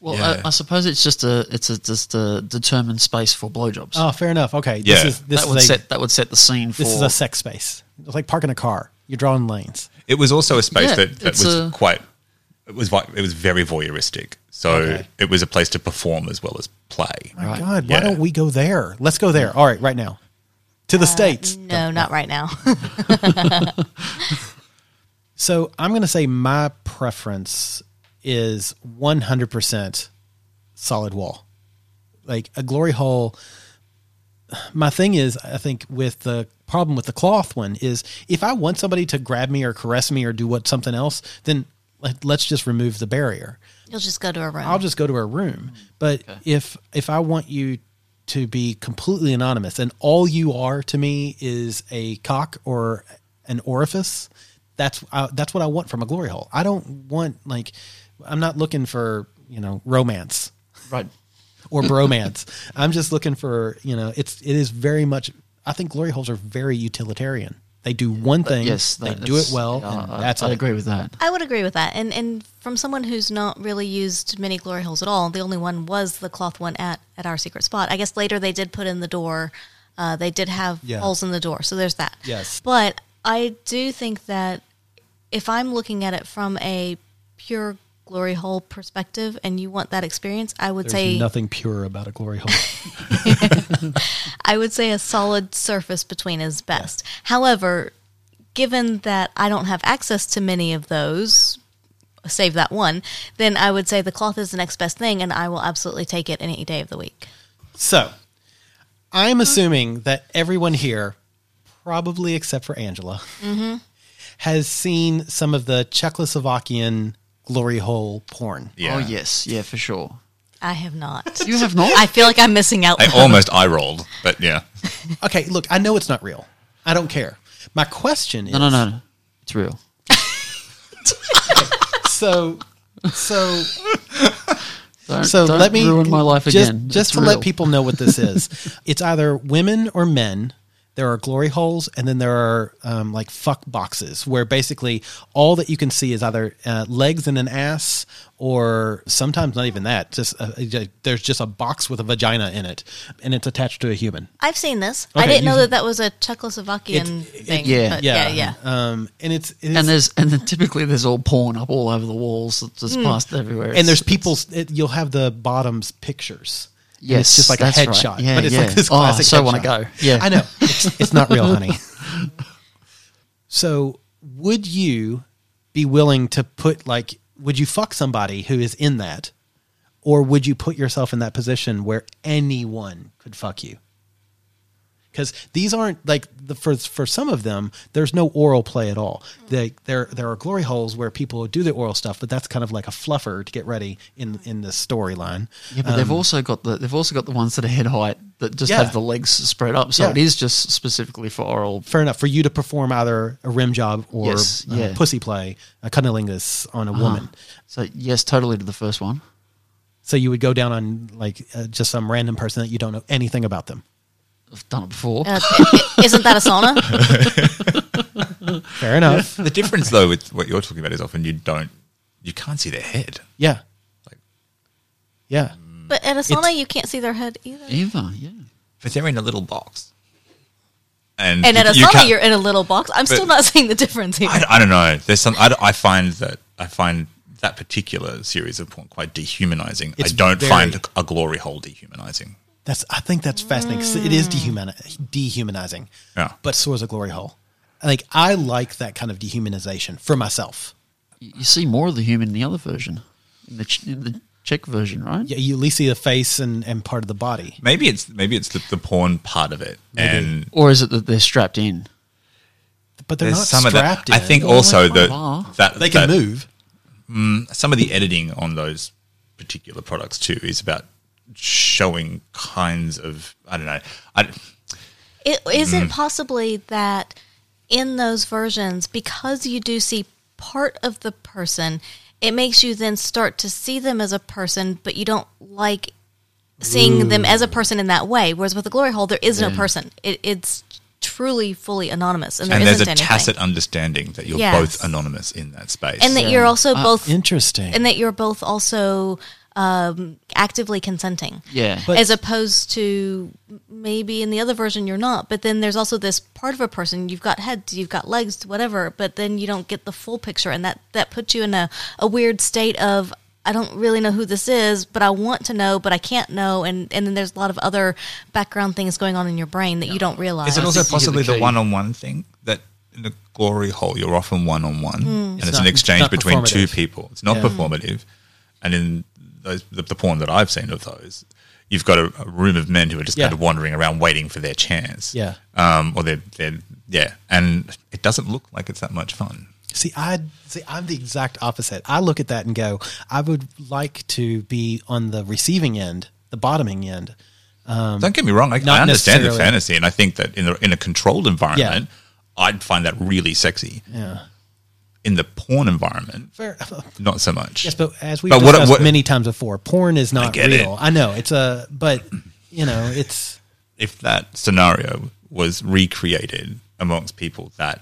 Speaker 7: Well,
Speaker 8: Yeah.
Speaker 7: I, I suppose it's just a, it's a, just a determined space for blowjobs.
Speaker 6: Oh, fair enough. Okay. This
Speaker 8: Yeah.
Speaker 6: is this
Speaker 7: that
Speaker 6: is
Speaker 7: would
Speaker 6: a
Speaker 7: set that would set the scene for
Speaker 6: this is a sex space. It's like parking a car. You're drawing lanes.
Speaker 8: It was also a space
Speaker 7: Yeah,
Speaker 8: that, that
Speaker 7: it's
Speaker 8: was
Speaker 7: a-
Speaker 8: quite it was vi- it was very voyeuristic. So
Speaker 6: Okay.
Speaker 8: it was a place to perform as well as play.
Speaker 6: My God, why
Speaker 8: Yeah.
Speaker 6: don't we go there? Let's go there. All right, right now. To the states.
Speaker 4: No, not right now.
Speaker 6: So I'm going to say my preference is 100% solid wall. Like a glory hole. My thing is, I think with the problem with the cloth one is if I want somebody to grab me or caress me or do what something else, then let, let's just remove the barrier.
Speaker 4: You'll just go to a room.
Speaker 6: I'll just go to her room. But if if I want you to be completely anonymous and all you are to me is a cock or an orifice, that's uh, that's what I want from a glory hole. I don't want like I'm not looking for you know romance
Speaker 7: right.
Speaker 6: or bromance. I'm just looking for you know it's it is very much. I think glory holes are very utilitarian. They do one thing.
Speaker 7: Yes,
Speaker 6: they
Speaker 7: that-
Speaker 6: do it
Speaker 7: that's-
Speaker 6: well.
Speaker 7: yeah,
Speaker 6: and
Speaker 7: I,
Speaker 6: that's
Speaker 7: I
Speaker 6: it.
Speaker 7: agree with that.
Speaker 4: I would agree with that. And and from someone who's not really used many glory holes at all, the only one was the cloth one at at our secret spot. I guess later they did put in the door. Uh, they did have
Speaker 6: Yeah.
Speaker 4: holes in the door, so there's that.
Speaker 6: Yes.
Speaker 4: but I do think that if I'm looking at it from a pure glory hole perspective, and you want that experience, I would
Speaker 6: There's
Speaker 4: say
Speaker 6: nothing pure about a glory hole.
Speaker 4: I would say a solid surface between is best. However, given that I don't have access to many of those, save that one, then I would say the cloth is the next best thing, and I will absolutely take it any day of the week.
Speaker 6: So, I'm assuming that everyone here, probably except for Angela, has seen some of the Czechoslovakian glory hole porn.
Speaker 8: Yeah.
Speaker 7: Oh yes, yeah, for sure.
Speaker 4: I have not.
Speaker 7: You have not.
Speaker 4: I feel like I'm missing out.
Speaker 8: I almost eye rolled, but yeah.
Speaker 6: Okay, look, I know it's not real. I don't care. My question is
Speaker 7: no, no, no, no. It's real.
Speaker 6: so so
Speaker 7: Don't,
Speaker 6: so
Speaker 7: don't
Speaker 6: let me
Speaker 7: ruin my life
Speaker 6: just,
Speaker 7: again.
Speaker 6: Just
Speaker 7: It's
Speaker 6: to
Speaker 7: real.
Speaker 6: let people know what this is, it's either women or men. There are glory holes, and then there are um, like fuck boxes, where basically all that you can see is either uh, legs and an ass, or sometimes not even that. Just uh, uh, there's just a box with a vagina in it, and it's attached to a human.
Speaker 4: I've seen this. I
Speaker 6: Okay,
Speaker 4: didn't know
Speaker 6: you-
Speaker 4: that that was a Czechoslovakian thing.
Speaker 7: yeah,
Speaker 4: but yeah, yeah.
Speaker 6: Um, and it's, it is,
Speaker 7: and there's and then typically there's all porn up all over the walls, it's just past everywhere.
Speaker 6: and there's
Speaker 7: It's-
Speaker 6: people's. It, you'll have the bottoms pictures. And
Speaker 7: Yes,
Speaker 6: it's just like a
Speaker 7: that's right.
Speaker 6: headshot,
Speaker 7: Yeah,
Speaker 6: but it's
Speaker 7: yeah.
Speaker 6: like this
Speaker 7: Oh, I
Speaker 6: classic.
Speaker 7: so
Speaker 6: headshot.
Speaker 7: wanna go. Yeah.
Speaker 6: I know it's, it's not real, honey. so, would you be willing to put like would you fuck somebody who is in that, or would you put yourself in that position where anyone could fuck you? Because these aren't like the, for for some of them, there's no oral play at all. They, there there are glory holes where people do the oral stuff, but that's kind of like a fluffer to get ready in in the storyline.
Speaker 7: Yeah, but they've also got the they've also got the ones that are head height that just
Speaker 6: um, Yeah.
Speaker 7: have the legs spread up. So
Speaker 6: Yeah.
Speaker 7: it is just specifically for oral.
Speaker 6: fair enough for you to perform either a rim job or
Speaker 7: Yes,
Speaker 6: uh,
Speaker 7: yeah. Uh-huh.
Speaker 6: pussy play, a cunnilingus on a woman.
Speaker 7: So yes, totally to the first one.
Speaker 6: So you would go down on like uh, just some random person that you don't know anything about them.
Speaker 7: I've done it before.
Speaker 6: Um,
Speaker 4: Uh, i- i- isn't that a sauna?
Speaker 6: Fair enough.
Speaker 8: The difference, though, with what you're talking about is often you don't, you can't see their head.
Speaker 6: yeah. Yeah.
Speaker 4: But at a sauna, you can't see their head either.
Speaker 7: Either, yeah.
Speaker 8: But they're in a little box. And,
Speaker 4: And
Speaker 8: you-
Speaker 4: at a
Speaker 8: you
Speaker 4: sauna,
Speaker 8: can't-
Speaker 4: you're in a little box. I'm still not seeing the difference here.
Speaker 8: I, I don't know. There's some. I, I find that I find that particular series of porn quite dehumanizing.
Speaker 6: It's
Speaker 8: I don't
Speaker 6: very-
Speaker 8: find a glory hole dehumanizing.
Speaker 6: That's I think that's fascinating 'cause it is dehumani- dehumanizing.
Speaker 8: Yeah.
Speaker 6: But so is a glory hole. Like I like that kind of dehumanization for myself.
Speaker 7: You, you see more of the human in the other version, in the ch- in the Czech version, right?
Speaker 6: Yeah, you at least see the face and, and part of the body.
Speaker 8: Maybe it's maybe it's the, the porn part of it, and
Speaker 7: Or is it that they're strapped in?
Speaker 6: But they're
Speaker 8: there's
Speaker 6: not
Speaker 8: some of that.
Speaker 6: strapped
Speaker 8: I
Speaker 6: in.
Speaker 8: think
Speaker 7: Well,
Speaker 8: also
Speaker 7: like
Speaker 8: that
Speaker 7: Baba.
Speaker 8: that
Speaker 6: they can
Speaker 8: that
Speaker 6: move.
Speaker 8: Some of the editing on those particular products too is about showing kinds of I don't know. I,
Speaker 4: It, is
Speaker 8: Mm-hmm.
Speaker 4: it possibly that in those versions, because you do see part of the person, it makes you then start to see them as a person, but you don't like seeing them as a person in that way. Whereas with the glory hole, there is no person. It, it's truly fully anonymous, and, there
Speaker 8: and there's a
Speaker 4: isn't anything.
Speaker 8: tacit understanding that you're
Speaker 4: Yes.
Speaker 8: both anonymous in that space.
Speaker 4: and that you're also both,
Speaker 6: Interesting.
Speaker 4: and that you're both also um, actively consenting.
Speaker 7: Yeah.
Speaker 6: But-
Speaker 4: as opposed to maybe in the other version you're not. But then there's also this part of a person you've got heads, you've got legs, whatever. But then you don't get the full picture, and that that puts you in a a weird state of I don't really know who this is, but I want to know, but I can't know, and and then there's a lot of other background things going on in your brain that you don't realize.
Speaker 8: Is it also
Speaker 7: think you hit the
Speaker 8: possibly the
Speaker 7: key.
Speaker 8: one on one thing that in a glory hole you're often one on one
Speaker 4: Hmm.
Speaker 8: and it's,
Speaker 6: not-
Speaker 8: an
Speaker 6: it's
Speaker 8: exchange
Speaker 6: not
Speaker 8: between two
Speaker 6: performative.
Speaker 8: people? It's not performative. And in those, the, the porn that I've seen of those, you've got a, a room of men who are just
Speaker 6: Yeah.
Speaker 8: kind of wandering around waiting for their chance.
Speaker 6: Yeah.
Speaker 8: Um, or they're, they're, yeah. And it doesn't look like it's that much fun.
Speaker 6: See, I see. I'm the exact opposite. I look at that and go, I would like to be on the receiving end, the bottoming end.
Speaker 8: Don't get me wrong. I, I
Speaker 6: not
Speaker 8: understand the
Speaker 6: necessarily.
Speaker 8: fantasy. And I think that in, the, in a controlled environment, I'd find that really sexy.
Speaker 6: Yeah.
Speaker 8: In the porn environment,
Speaker 6: Fair.
Speaker 8: not so much.
Speaker 6: Yes, but as we've
Speaker 8: But what-
Speaker 6: discussed
Speaker 8: what-
Speaker 6: many times before, porn is not
Speaker 8: get
Speaker 6: real.
Speaker 8: it.
Speaker 6: I know it's a, but you know it's.
Speaker 8: if that scenario was recreated amongst people that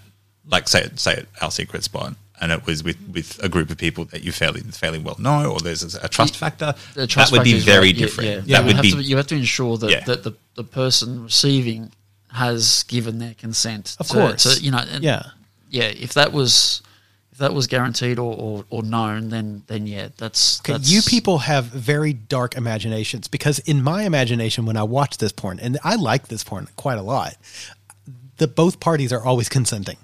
Speaker 8: like say say at our secret spot and it was with, with a group of people that you fairly fairly well know or there's a, a trust factor
Speaker 7: The trust
Speaker 8: that would be
Speaker 7: factors,
Speaker 8: very
Speaker 7: right, yeah,
Speaker 8: different that
Speaker 7: yeah. you
Speaker 8: would
Speaker 7: have
Speaker 8: be
Speaker 7: to, you have to ensure that,
Speaker 8: Yeah.
Speaker 7: that the, the person receiving has given their consent.
Speaker 6: Of
Speaker 7: to-
Speaker 6: course.
Speaker 7: to, you know, and-
Speaker 6: Yeah.
Speaker 7: yeah. If that was if that was guaranteed or, or, or known, then then yeah, that's,
Speaker 6: Okay,
Speaker 7: that's
Speaker 6: you people have very dark imaginations because in my imagination, when I watch this porn, and I like this porn quite a lot, the both parties are always consenting.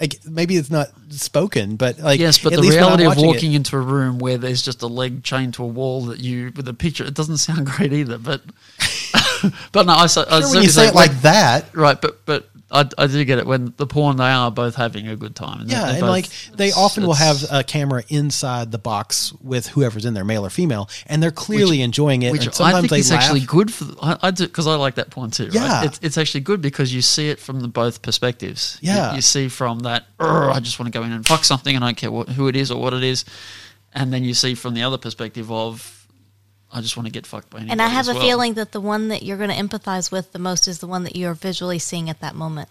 Speaker 6: Like maybe it's not spoken, but like
Speaker 7: Yes, but
Speaker 6: at
Speaker 7: the
Speaker 6: least when I'm
Speaker 7: reality of
Speaker 6: watching it-
Speaker 7: walking into a room where there's just a leg chained to a wall that you with a picture, it doesn't sound great either. But but no, I, s- I
Speaker 6: Sure, when
Speaker 7: certainly
Speaker 6: you say it
Speaker 7: when-
Speaker 6: like that,
Speaker 7: right? But but I, I do get it when the porn they are both having a good time.
Speaker 6: Yeah,
Speaker 7: they're
Speaker 6: and
Speaker 7: both-
Speaker 6: like they
Speaker 7: it's-
Speaker 6: often will
Speaker 7: it's-
Speaker 6: have a camera inside the box with whoever's in there, male or female, and they're clearly enjoying it.
Speaker 7: which
Speaker 6: and
Speaker 7: I
Speaker 6: sometimes
Speaker 7: think
Speaker 6: they
Speaker 7: is
Speaker 6: laugh.
Speaker 7: actually good for. I, I do because I like that porn too. Right?
Speaker 6: Yeah.
Speaker 7: it's, it's actually good because you see it from the both perspectives. You-
Speaker 6: Yeah.
Speaker 7: you, see from that. "Urgh, I just want to go in and fuck something, and I don't care what, who it is or what it is, and then you see from the other perspective of, I just want to get fucked by.
Speaker 4: and I
Speaker 7: anybody
Speaker 4: have
Speaker 7: as
Speaker 4: a
Speaker 7: well."
Speaker 4: feeling that the one that you're going to empathize with the most is the one that you are visually seeing at that moment.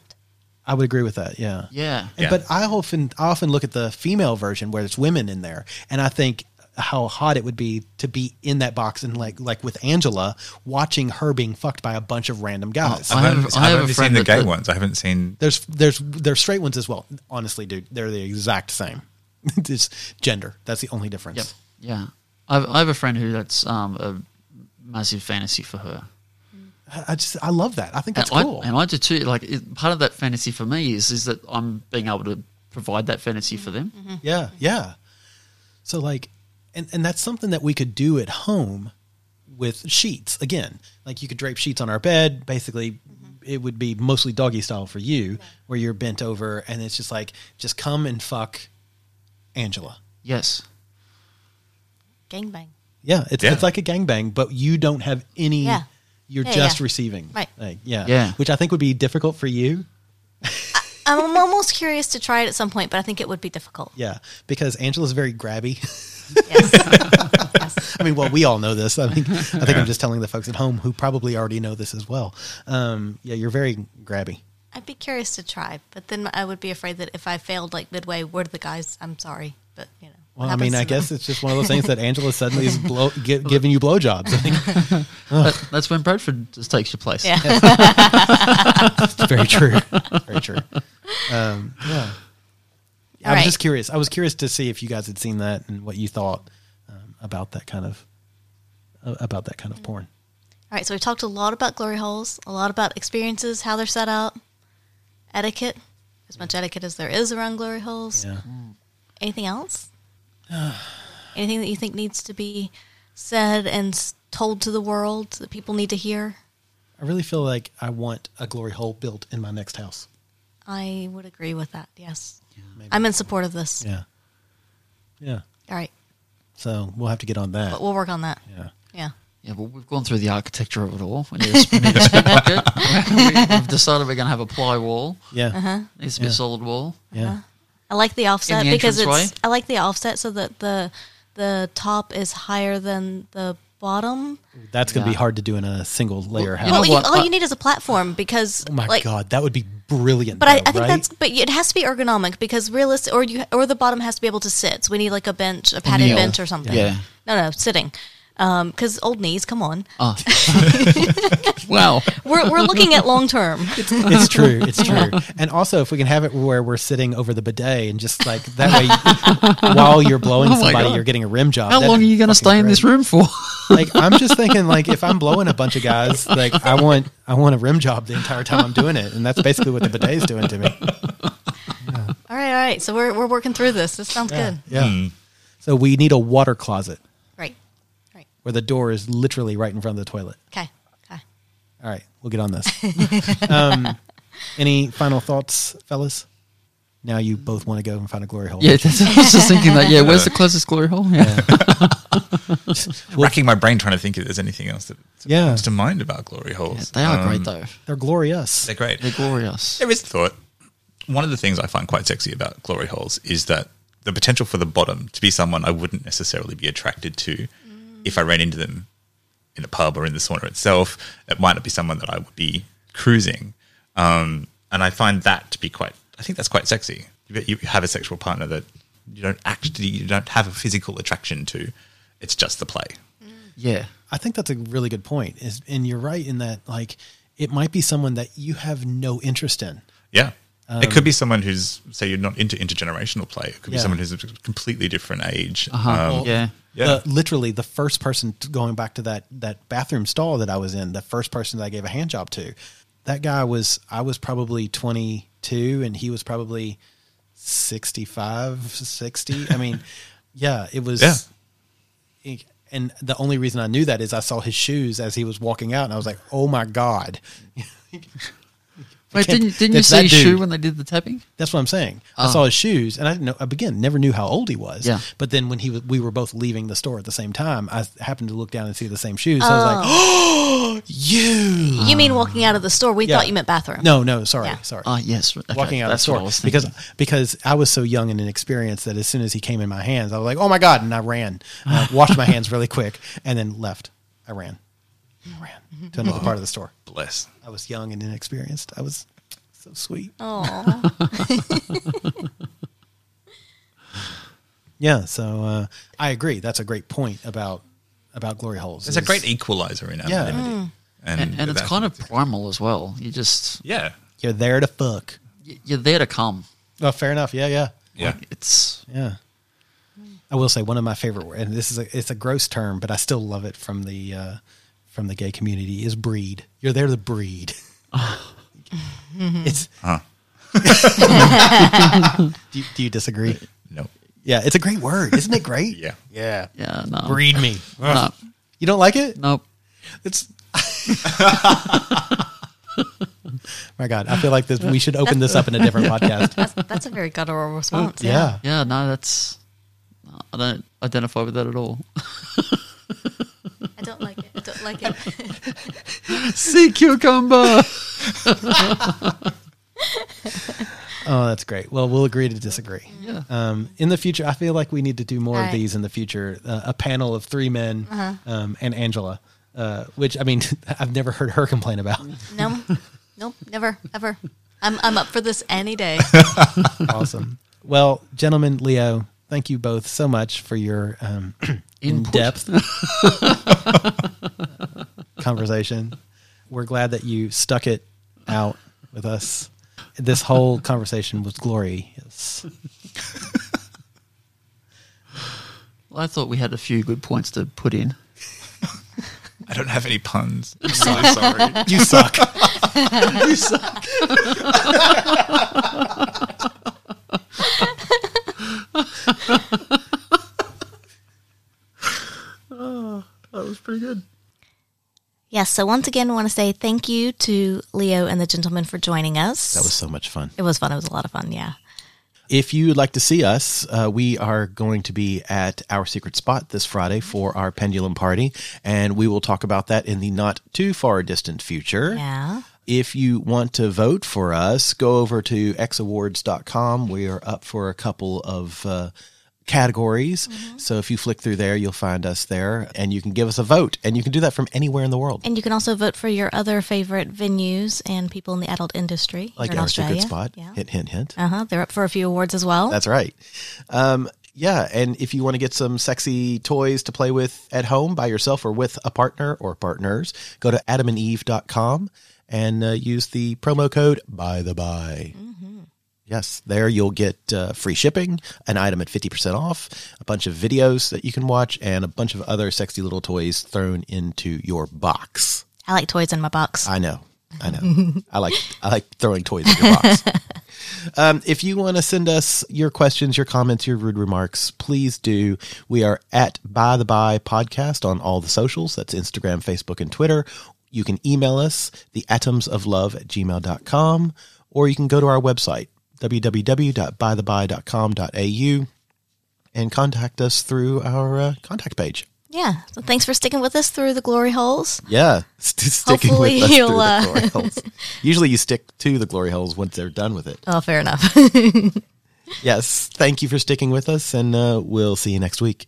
Speaker 6: I would agree with that. Yeah.
Speaker 7: Yeah.
Speaker 6: And- But I often, I often look at the female version where it's women in there, and I think how hot it would be to be in that box and like like with Angela watching her being fucked by a bunch of random guys.
Speaker 7: Oh, I
Speaker 8: I've,
Speaker 7: have-
Speaker 8: only-
Speaker 7: I
Speaker 8: I've
Speaker 7: have a
Speaker 8: only seen
Speaker 7: friend
Speaker 8: the
Speaker 7: that-
Speaker 8: gay
Speaker 7: that-
Speaker 8: ones I haven't seen
Speaker 6: there's there's there's straight ones as well. Honestly, dude, they're the exact same. Just gender. That's the only difference.
Speaker 7: Yep. Yeah. I've, I have a friend who that's um, a massive fantasy for her.
Speaker 6: I, I just I love that. I think that's
Speaker 7: and
Speaker 6: cool.
Speaker 7: I, and I do too. Like it, part of that fantasy for
Speaker 4: Mm-hmm.
Speaker 7: me is is that I'm being able to provide that fantasy for them.
Speaker 6: Yeah, yeah. So like, and and that's something that we could do at home with sheets. Again, like you could drape sheets on our bed. Basically,
Speaker 4: Mm-hmm.
Speaker 6: it would be mostly doggy style for you, where you're bent over and it's just like, just come and fuck Angela.
Speaker 7: Yes.
Speaker 4: Gangbang.
Speaker 6: Yeah, it's
Speaker 8: Yeah.
Speaker 6: it's like a gangbang, but you don't have any.
Speaker 4: Yeah.
Speaker 6: You're
Speaker 4: Yeah,
Speaker 6: just
Speaker 4: yeah.
Speaker 6: receiving,
Speaker 4: Right.
Speaker 6: Like, yeah,
Speaker 7: Yeah.
Speaker 6: which I think would be difficult for you.
Speaker 4: I'm almost curious to try it at some point, but I think it would be difficult.
Speaker 6: Yeah, because Angela's very grabby.
Speaker 4: Yes.
Speaker 6: I mean, well, we all know this. I mean, I think I'm just telling the folks at home who probably already know this as well. Um, yeah, you're very grabby.
Speaker 4: I'd be curious to try, but then I would be afraid that if I failed like midway, were the guys, I'm sorry, but you know. what
Speaker 6: Well, I mean,
Speaker 4: happens
Speaker 6: I
Speaker 4: to them?
Speaker 6: guess it's just one of those things that Angela suddenly is blow, gi- giving you blowjobs. I think
Speaker 7: That, that's when Bradford just takes your place.
Speaker 4: Yeah.
Speaker 6: it's very true. Very true. Um, yeah. I
Speaker 4: All
Speaker 6: was
Speaker 4: right.
Speaker 6: just curious. I was curious to see if you guys had seen that and what you thought um, about that kind of uh, about that kind of porn.
Speaker 4: All right, so we talked a lot about glory holes, a lot about experiences, how they're set up, etiquette, as much etiquette as there is around glory holes.
Speaker 6: Yeah.
Speaker 4: Anything else? Anything that you think needs to be said and s- told to the world that people need to hear?
Speaker 6: I really feel like I want a glory hole built in my next house.
Speaker 4: I would agree with that. Yes. I'm in support of this.
Speaker 6: Yeah. Yeah.
Speaker 4: All right.
Speaker 6: So we'll have to get on that.
Speaker 4: But we'll work on that.
Speaker 6: Yeah.
Speaker 4: Yeah.
Speaker 7: Yeah, well, we've gone through the architecture of it all. We need a, sp- we need a split bucket. We- We've decided we're going to have a ply wall.
Speaker 6: Yeah.
Speaker 4: Uh-huh.
Speaker 7: Needs to be a solid wall.
Speaker 6: Yeah.
Speaker 4: I like the offset
Speaker 7: In the
Speaker 4: because it's
Speaker 7: entranceway?
Speaker 4: I like the offset so that the the top is higher than the bottom.
Speaker 6: That's going to be
Speaker 7: Yeah.
Speaker 6: hard to do in a single layer
Speaker 7: you
Speaker 6: house.
Speaker 7: know
Speaker 4: Well, you,
Speaker 7: what?
Speaker 4: all
Speaker 7: I-
Speaker 4: you need is a platform because
Speaker 6: Uh, oh my
Speaker 4: like
Speaker 6: god, that would be brilliant.
Speaker 4: But I,
Speaker 6: though,
Speaker 4: I think
Speaker 6: right?
Speaker 4: that's but it has to be ergonomic because realistic or you or the bottom has to be able to sit. So we need like a bench, a padded
Speaker 7: kneel.
Speaker 4: bench or something.
Speaker 7: Yeah.
Speaker 4: No, no, sitting. Um, cuz old knees, come on.
Speaker 7: Ah. wow.
Speaker 4: We're we're looking at long term.
Speaker 6: it's true. It's true. And also, if we can have it where we're sitting over the bidet and just like that way, while you're blowing
Speaker 7: Oh my
Speaker 6: somebody,
Speaker 7: God.
Speaker 6: you're getting a rim job.
Speaker 7: How
Speaker 6: That'd
Speaker 7: long are
Speaker 6: be
Speaker 7: you going to
Speaker 6: fucking
Speaker 7: stay in this
Speaker 6: great.
Speaker 7: room for?
Speaker 6: Like, I'm just thinking, like, if I'm blowing a bunch of guys, like, I want, I want a rim job the entire time I'm doing it, and that's basically what the bidet is doing to me.
Speaker 4: All right, all right. So we're we're working through this. This sounds good.
Speaker 6: Yeah.
Speaker 7: Hmm.
Speaker 6: So we need a water closet
Speaker 4: Right. Right.
Speaker 6: where the door is literally right in front of the toilet.
Speaker 4: Okay. Okay.
Speaker 6: All right, we'll get on this. um, any final thoughts, fellas? Now you both want to go and find a glory hole.
Speaker 7: Yeah, that's, I was just thinking that. Yeah, where's the closest glory hole? Yeah.
Speaker 8: Racking my brain trying to think if there's anything else that
Speaker 6: Yeah.
Speaker 8: comes to mind about glory holes.
Speaker 7: They are
Speaker 8: Um,
Speaker 7: great, though.
Speaker 6: they're glorious.
Speaker 8: They're great.
Speaker 7: They're glorious.
Speaker 8: There is thought. One of the things I find quite sexy about glory holes is that the potential for the bottom to be someone I wouldn't necessarily be attracted to if I ran into them in a pub or in the sauna itself. It might not be someone that I would be cruising. Um, and I find that to be quite, I think that's quite sexy. You you have a sexual partner that you don't actually, you don't have a physical attraction to. It's just the play.
Speaker 7: Yeah.
Speaker 6: I think that's a really good point. Is and you're right in that like it might be someone that you have no interest in.
Speaker 8: Yeah. it could be someone who's, say, you're not into intergenerational play. It could
Speaker 6: Yeah.
Speaker 8: be someone who's a completely different age. um,
Speaker 7: Uh-huh. yeah.
Speaker 8: Yeah.
Speaker 6: The- Uh, literally the first person t- going back to that that bathroom stall that I was in, the first person that I gave a hand job to. That guy was I was probably 22 and he was probably 65, 60. I mean, yeah, it was
Speaker 8: Yeah.
Speaker 6: it- and the only reason I knew that is I saw his shoes as he was walking out and I was like, "Oh my god."
Speaker 7: Wait,
Speaker 6: can't-
Speaker 7: didn't, didn't you
Speaker 6: that's
Speaker 7: see
Speaker 6: that
Speaker 7: his shoe
Speaker 6: dude.
Speaker 7: when they did the tapping?
Speaker 6: That's what I'm saying. I saw his shoes, and I didn't know. Again, never knew how old he was.
Speaker 7: Ah. Yeah.
Speaker 6: But then when he was, we were both leaving the store at the same time. I happened to look down and see the same shoes. So I was like, "Oh, you!"
Speaker 4: You mean walking out of the store? We
Speaker 6: Yeah.
Speaker 4: thought you meant bathroom.
Speaker 6: No, no, sorry,
Speaker 4: Yeah.
Speaker 6: sorry.
Speaker 7: Oh, yes. Okay,
Speaker 6: Walking out of the
Speaker 7: that's what I
Speaker 6: store
Speaker 7: was thinking.
Speaker 6: because because I was so young and inexperienced that as soon as he came in my hands, I was like, "Oh my god!" And I ran, And I washed my hands really quick, and then left. I ran, I ran to another part of the store.
Speaker 8: Bless.
Speaker 6: I was young and inexperienced. I was so sweet.
Speaker 4: Oh.
Speaker 6: Yeah, so uh, I agree. That's a great point about about glory holes.
Speaker 8: There's a
Speaker 6: is-
Speaker 8: great equalizer in
Speaker 6: Yeah.
Speaker 8: anonymity.
Speaker 7: and, and it's
Speaker 8: that-
Speaker 7: kind of primal as well. You just
Speaker 8: yeah,
Speaker 6: You're there to fuck.
Speaker 7: y- you're there to come.
Speaker 6: Oh, fair enough. Yeah, yeah,
Speaker 8: yeah.
Speaker 7: It's
Speaker 6: yeah. I will say one of my favorite, wor- and this is a, it's a gross term, but I still love it from the uh, from the gay community is breed. You're there to breed. it's.
Speaker 8: Huh. Ah,
Speaker 6: do, you, do you disagree?
Speaker 8: No,
Speaker 6: Yeah, it's a great word, isn't it? Great.
Speaker 8: Yeah.
Speaker 2: Yeah.
Speaker 7: Yeah, no.
Speaker 6: Breed me.
Speaker 7: No,
Speaker 6: You don't like it?
Speaker 7: nope.
Speaker 6: It's. My God, I feel like this. We should open this up in a different podcast.
Speaker 4: That's, that's a very guttural response.
Speaker 6: Yeah.
Speaker 7: Yeah, no, that's. no, I don't identify with that at all.
Speaker 4: I don't like it. I don't like it.
Speaker 7: sea cucumber.
Speaker 6: Oh, that's great. Well, we'll agree to disagree.
Speaker 7: Yeah.
Speaker 6: Um, in the future, I feel like we need to do more of
Speaker 4: Alright.
Speaker 6: these in the future. Uh, a panel of three men um, and Angela, uh, which I mean, I've never heard her complain about.
Speaker 4: No, nope, never, ever. I'm, I'm up for this any day.
Speaker 6: awesome. Well, gentlemen, Leo, thank you both so much for your um, in
Speaker 7: Input.
Speaker 6: depth conversation. We're glad that you stuck it out with us. This whole conversation was glorious.
Speaker 7: Well, I thought we had a few good points to put in.
Speaker 8: I don't have any puns. I'm so sorry.
Speaker 6: You suck.
Speaker 7: You suck. that was pretty good.
Speaker 4: Yes, so once again, I want to say thank you to Leo and the gentleman for joining us.
Speaker 6: That was so much fun.
Speaker 4: it was fun. It was a lot of fun. Yeah.
Speaker 6: If you'd like to see us, uh, we are going to be at Our Secret Spot this Friday for our pendulum party, and we will talk about that in the not too far distant future.
Speaker 4: Yeah.
Speaker 6: If you want to vote for us, go over to xawards.com. We are up for a couple of uh, categories.
Speaker 4: Mm-hmm.
Speaker 6: So if you flick through there, you'll find us there and you can give us a vote. And you can do that from anywhere in the world.
Speaker 4: And you can also vote for your other favorite venues and people in the adult industry.
Speaker 6: like
Speaker 4: here in
Speaker 6: Our
Speaker 4: Australia.
Speaker 6: Secret Spot.
Speaker 4: Yeah.
Speaker 6: Hint, hint, hint.
Speaker 4: Uh huh. They're up for a few awards as well.
Speaker 6: That's right. Um, yeah, and if you want to get some sexy toys to play with at home by yourself or with a partner or partners, go to adamandeve.com and uh, use the promo code by the by. Yes, there you'll get uh, free shipping, an item at 50% off, a bunch of videos that you can watch, and a bunch of other sexy little toys thrown into your box.
Speaker 4: I like toys in my box.
Speaker 6: I know. I know. I like I like throwing toys in your box. um, if you want to send us your questions, your comments, your rude remarks, please do. We are at By the By Podcast on all the socials. That's Instagram, Facebook, and Twitter. You can email us, the atoms of love at gmail.com, or you can go to our website, www.bytheby.com.au, and contact us through our uh, contact page.
Speaker 4: yeah. So thanks for sticking with us through the glory holes.
Speaker 6: Yeah, st- sticking
Speaker 4: Hopefully
Speaker 6: with us
Speaker 4: you'll,
Speaker 6: through
Speaker 4: uh,
Speaker 6: the glory holes. Usually, you stick to the glory holes once they're done with it.
Speaker 4: Oh, fair enough.
Speaker 6: Yes, thank you for sticking with us, and uh, we'll see you next week.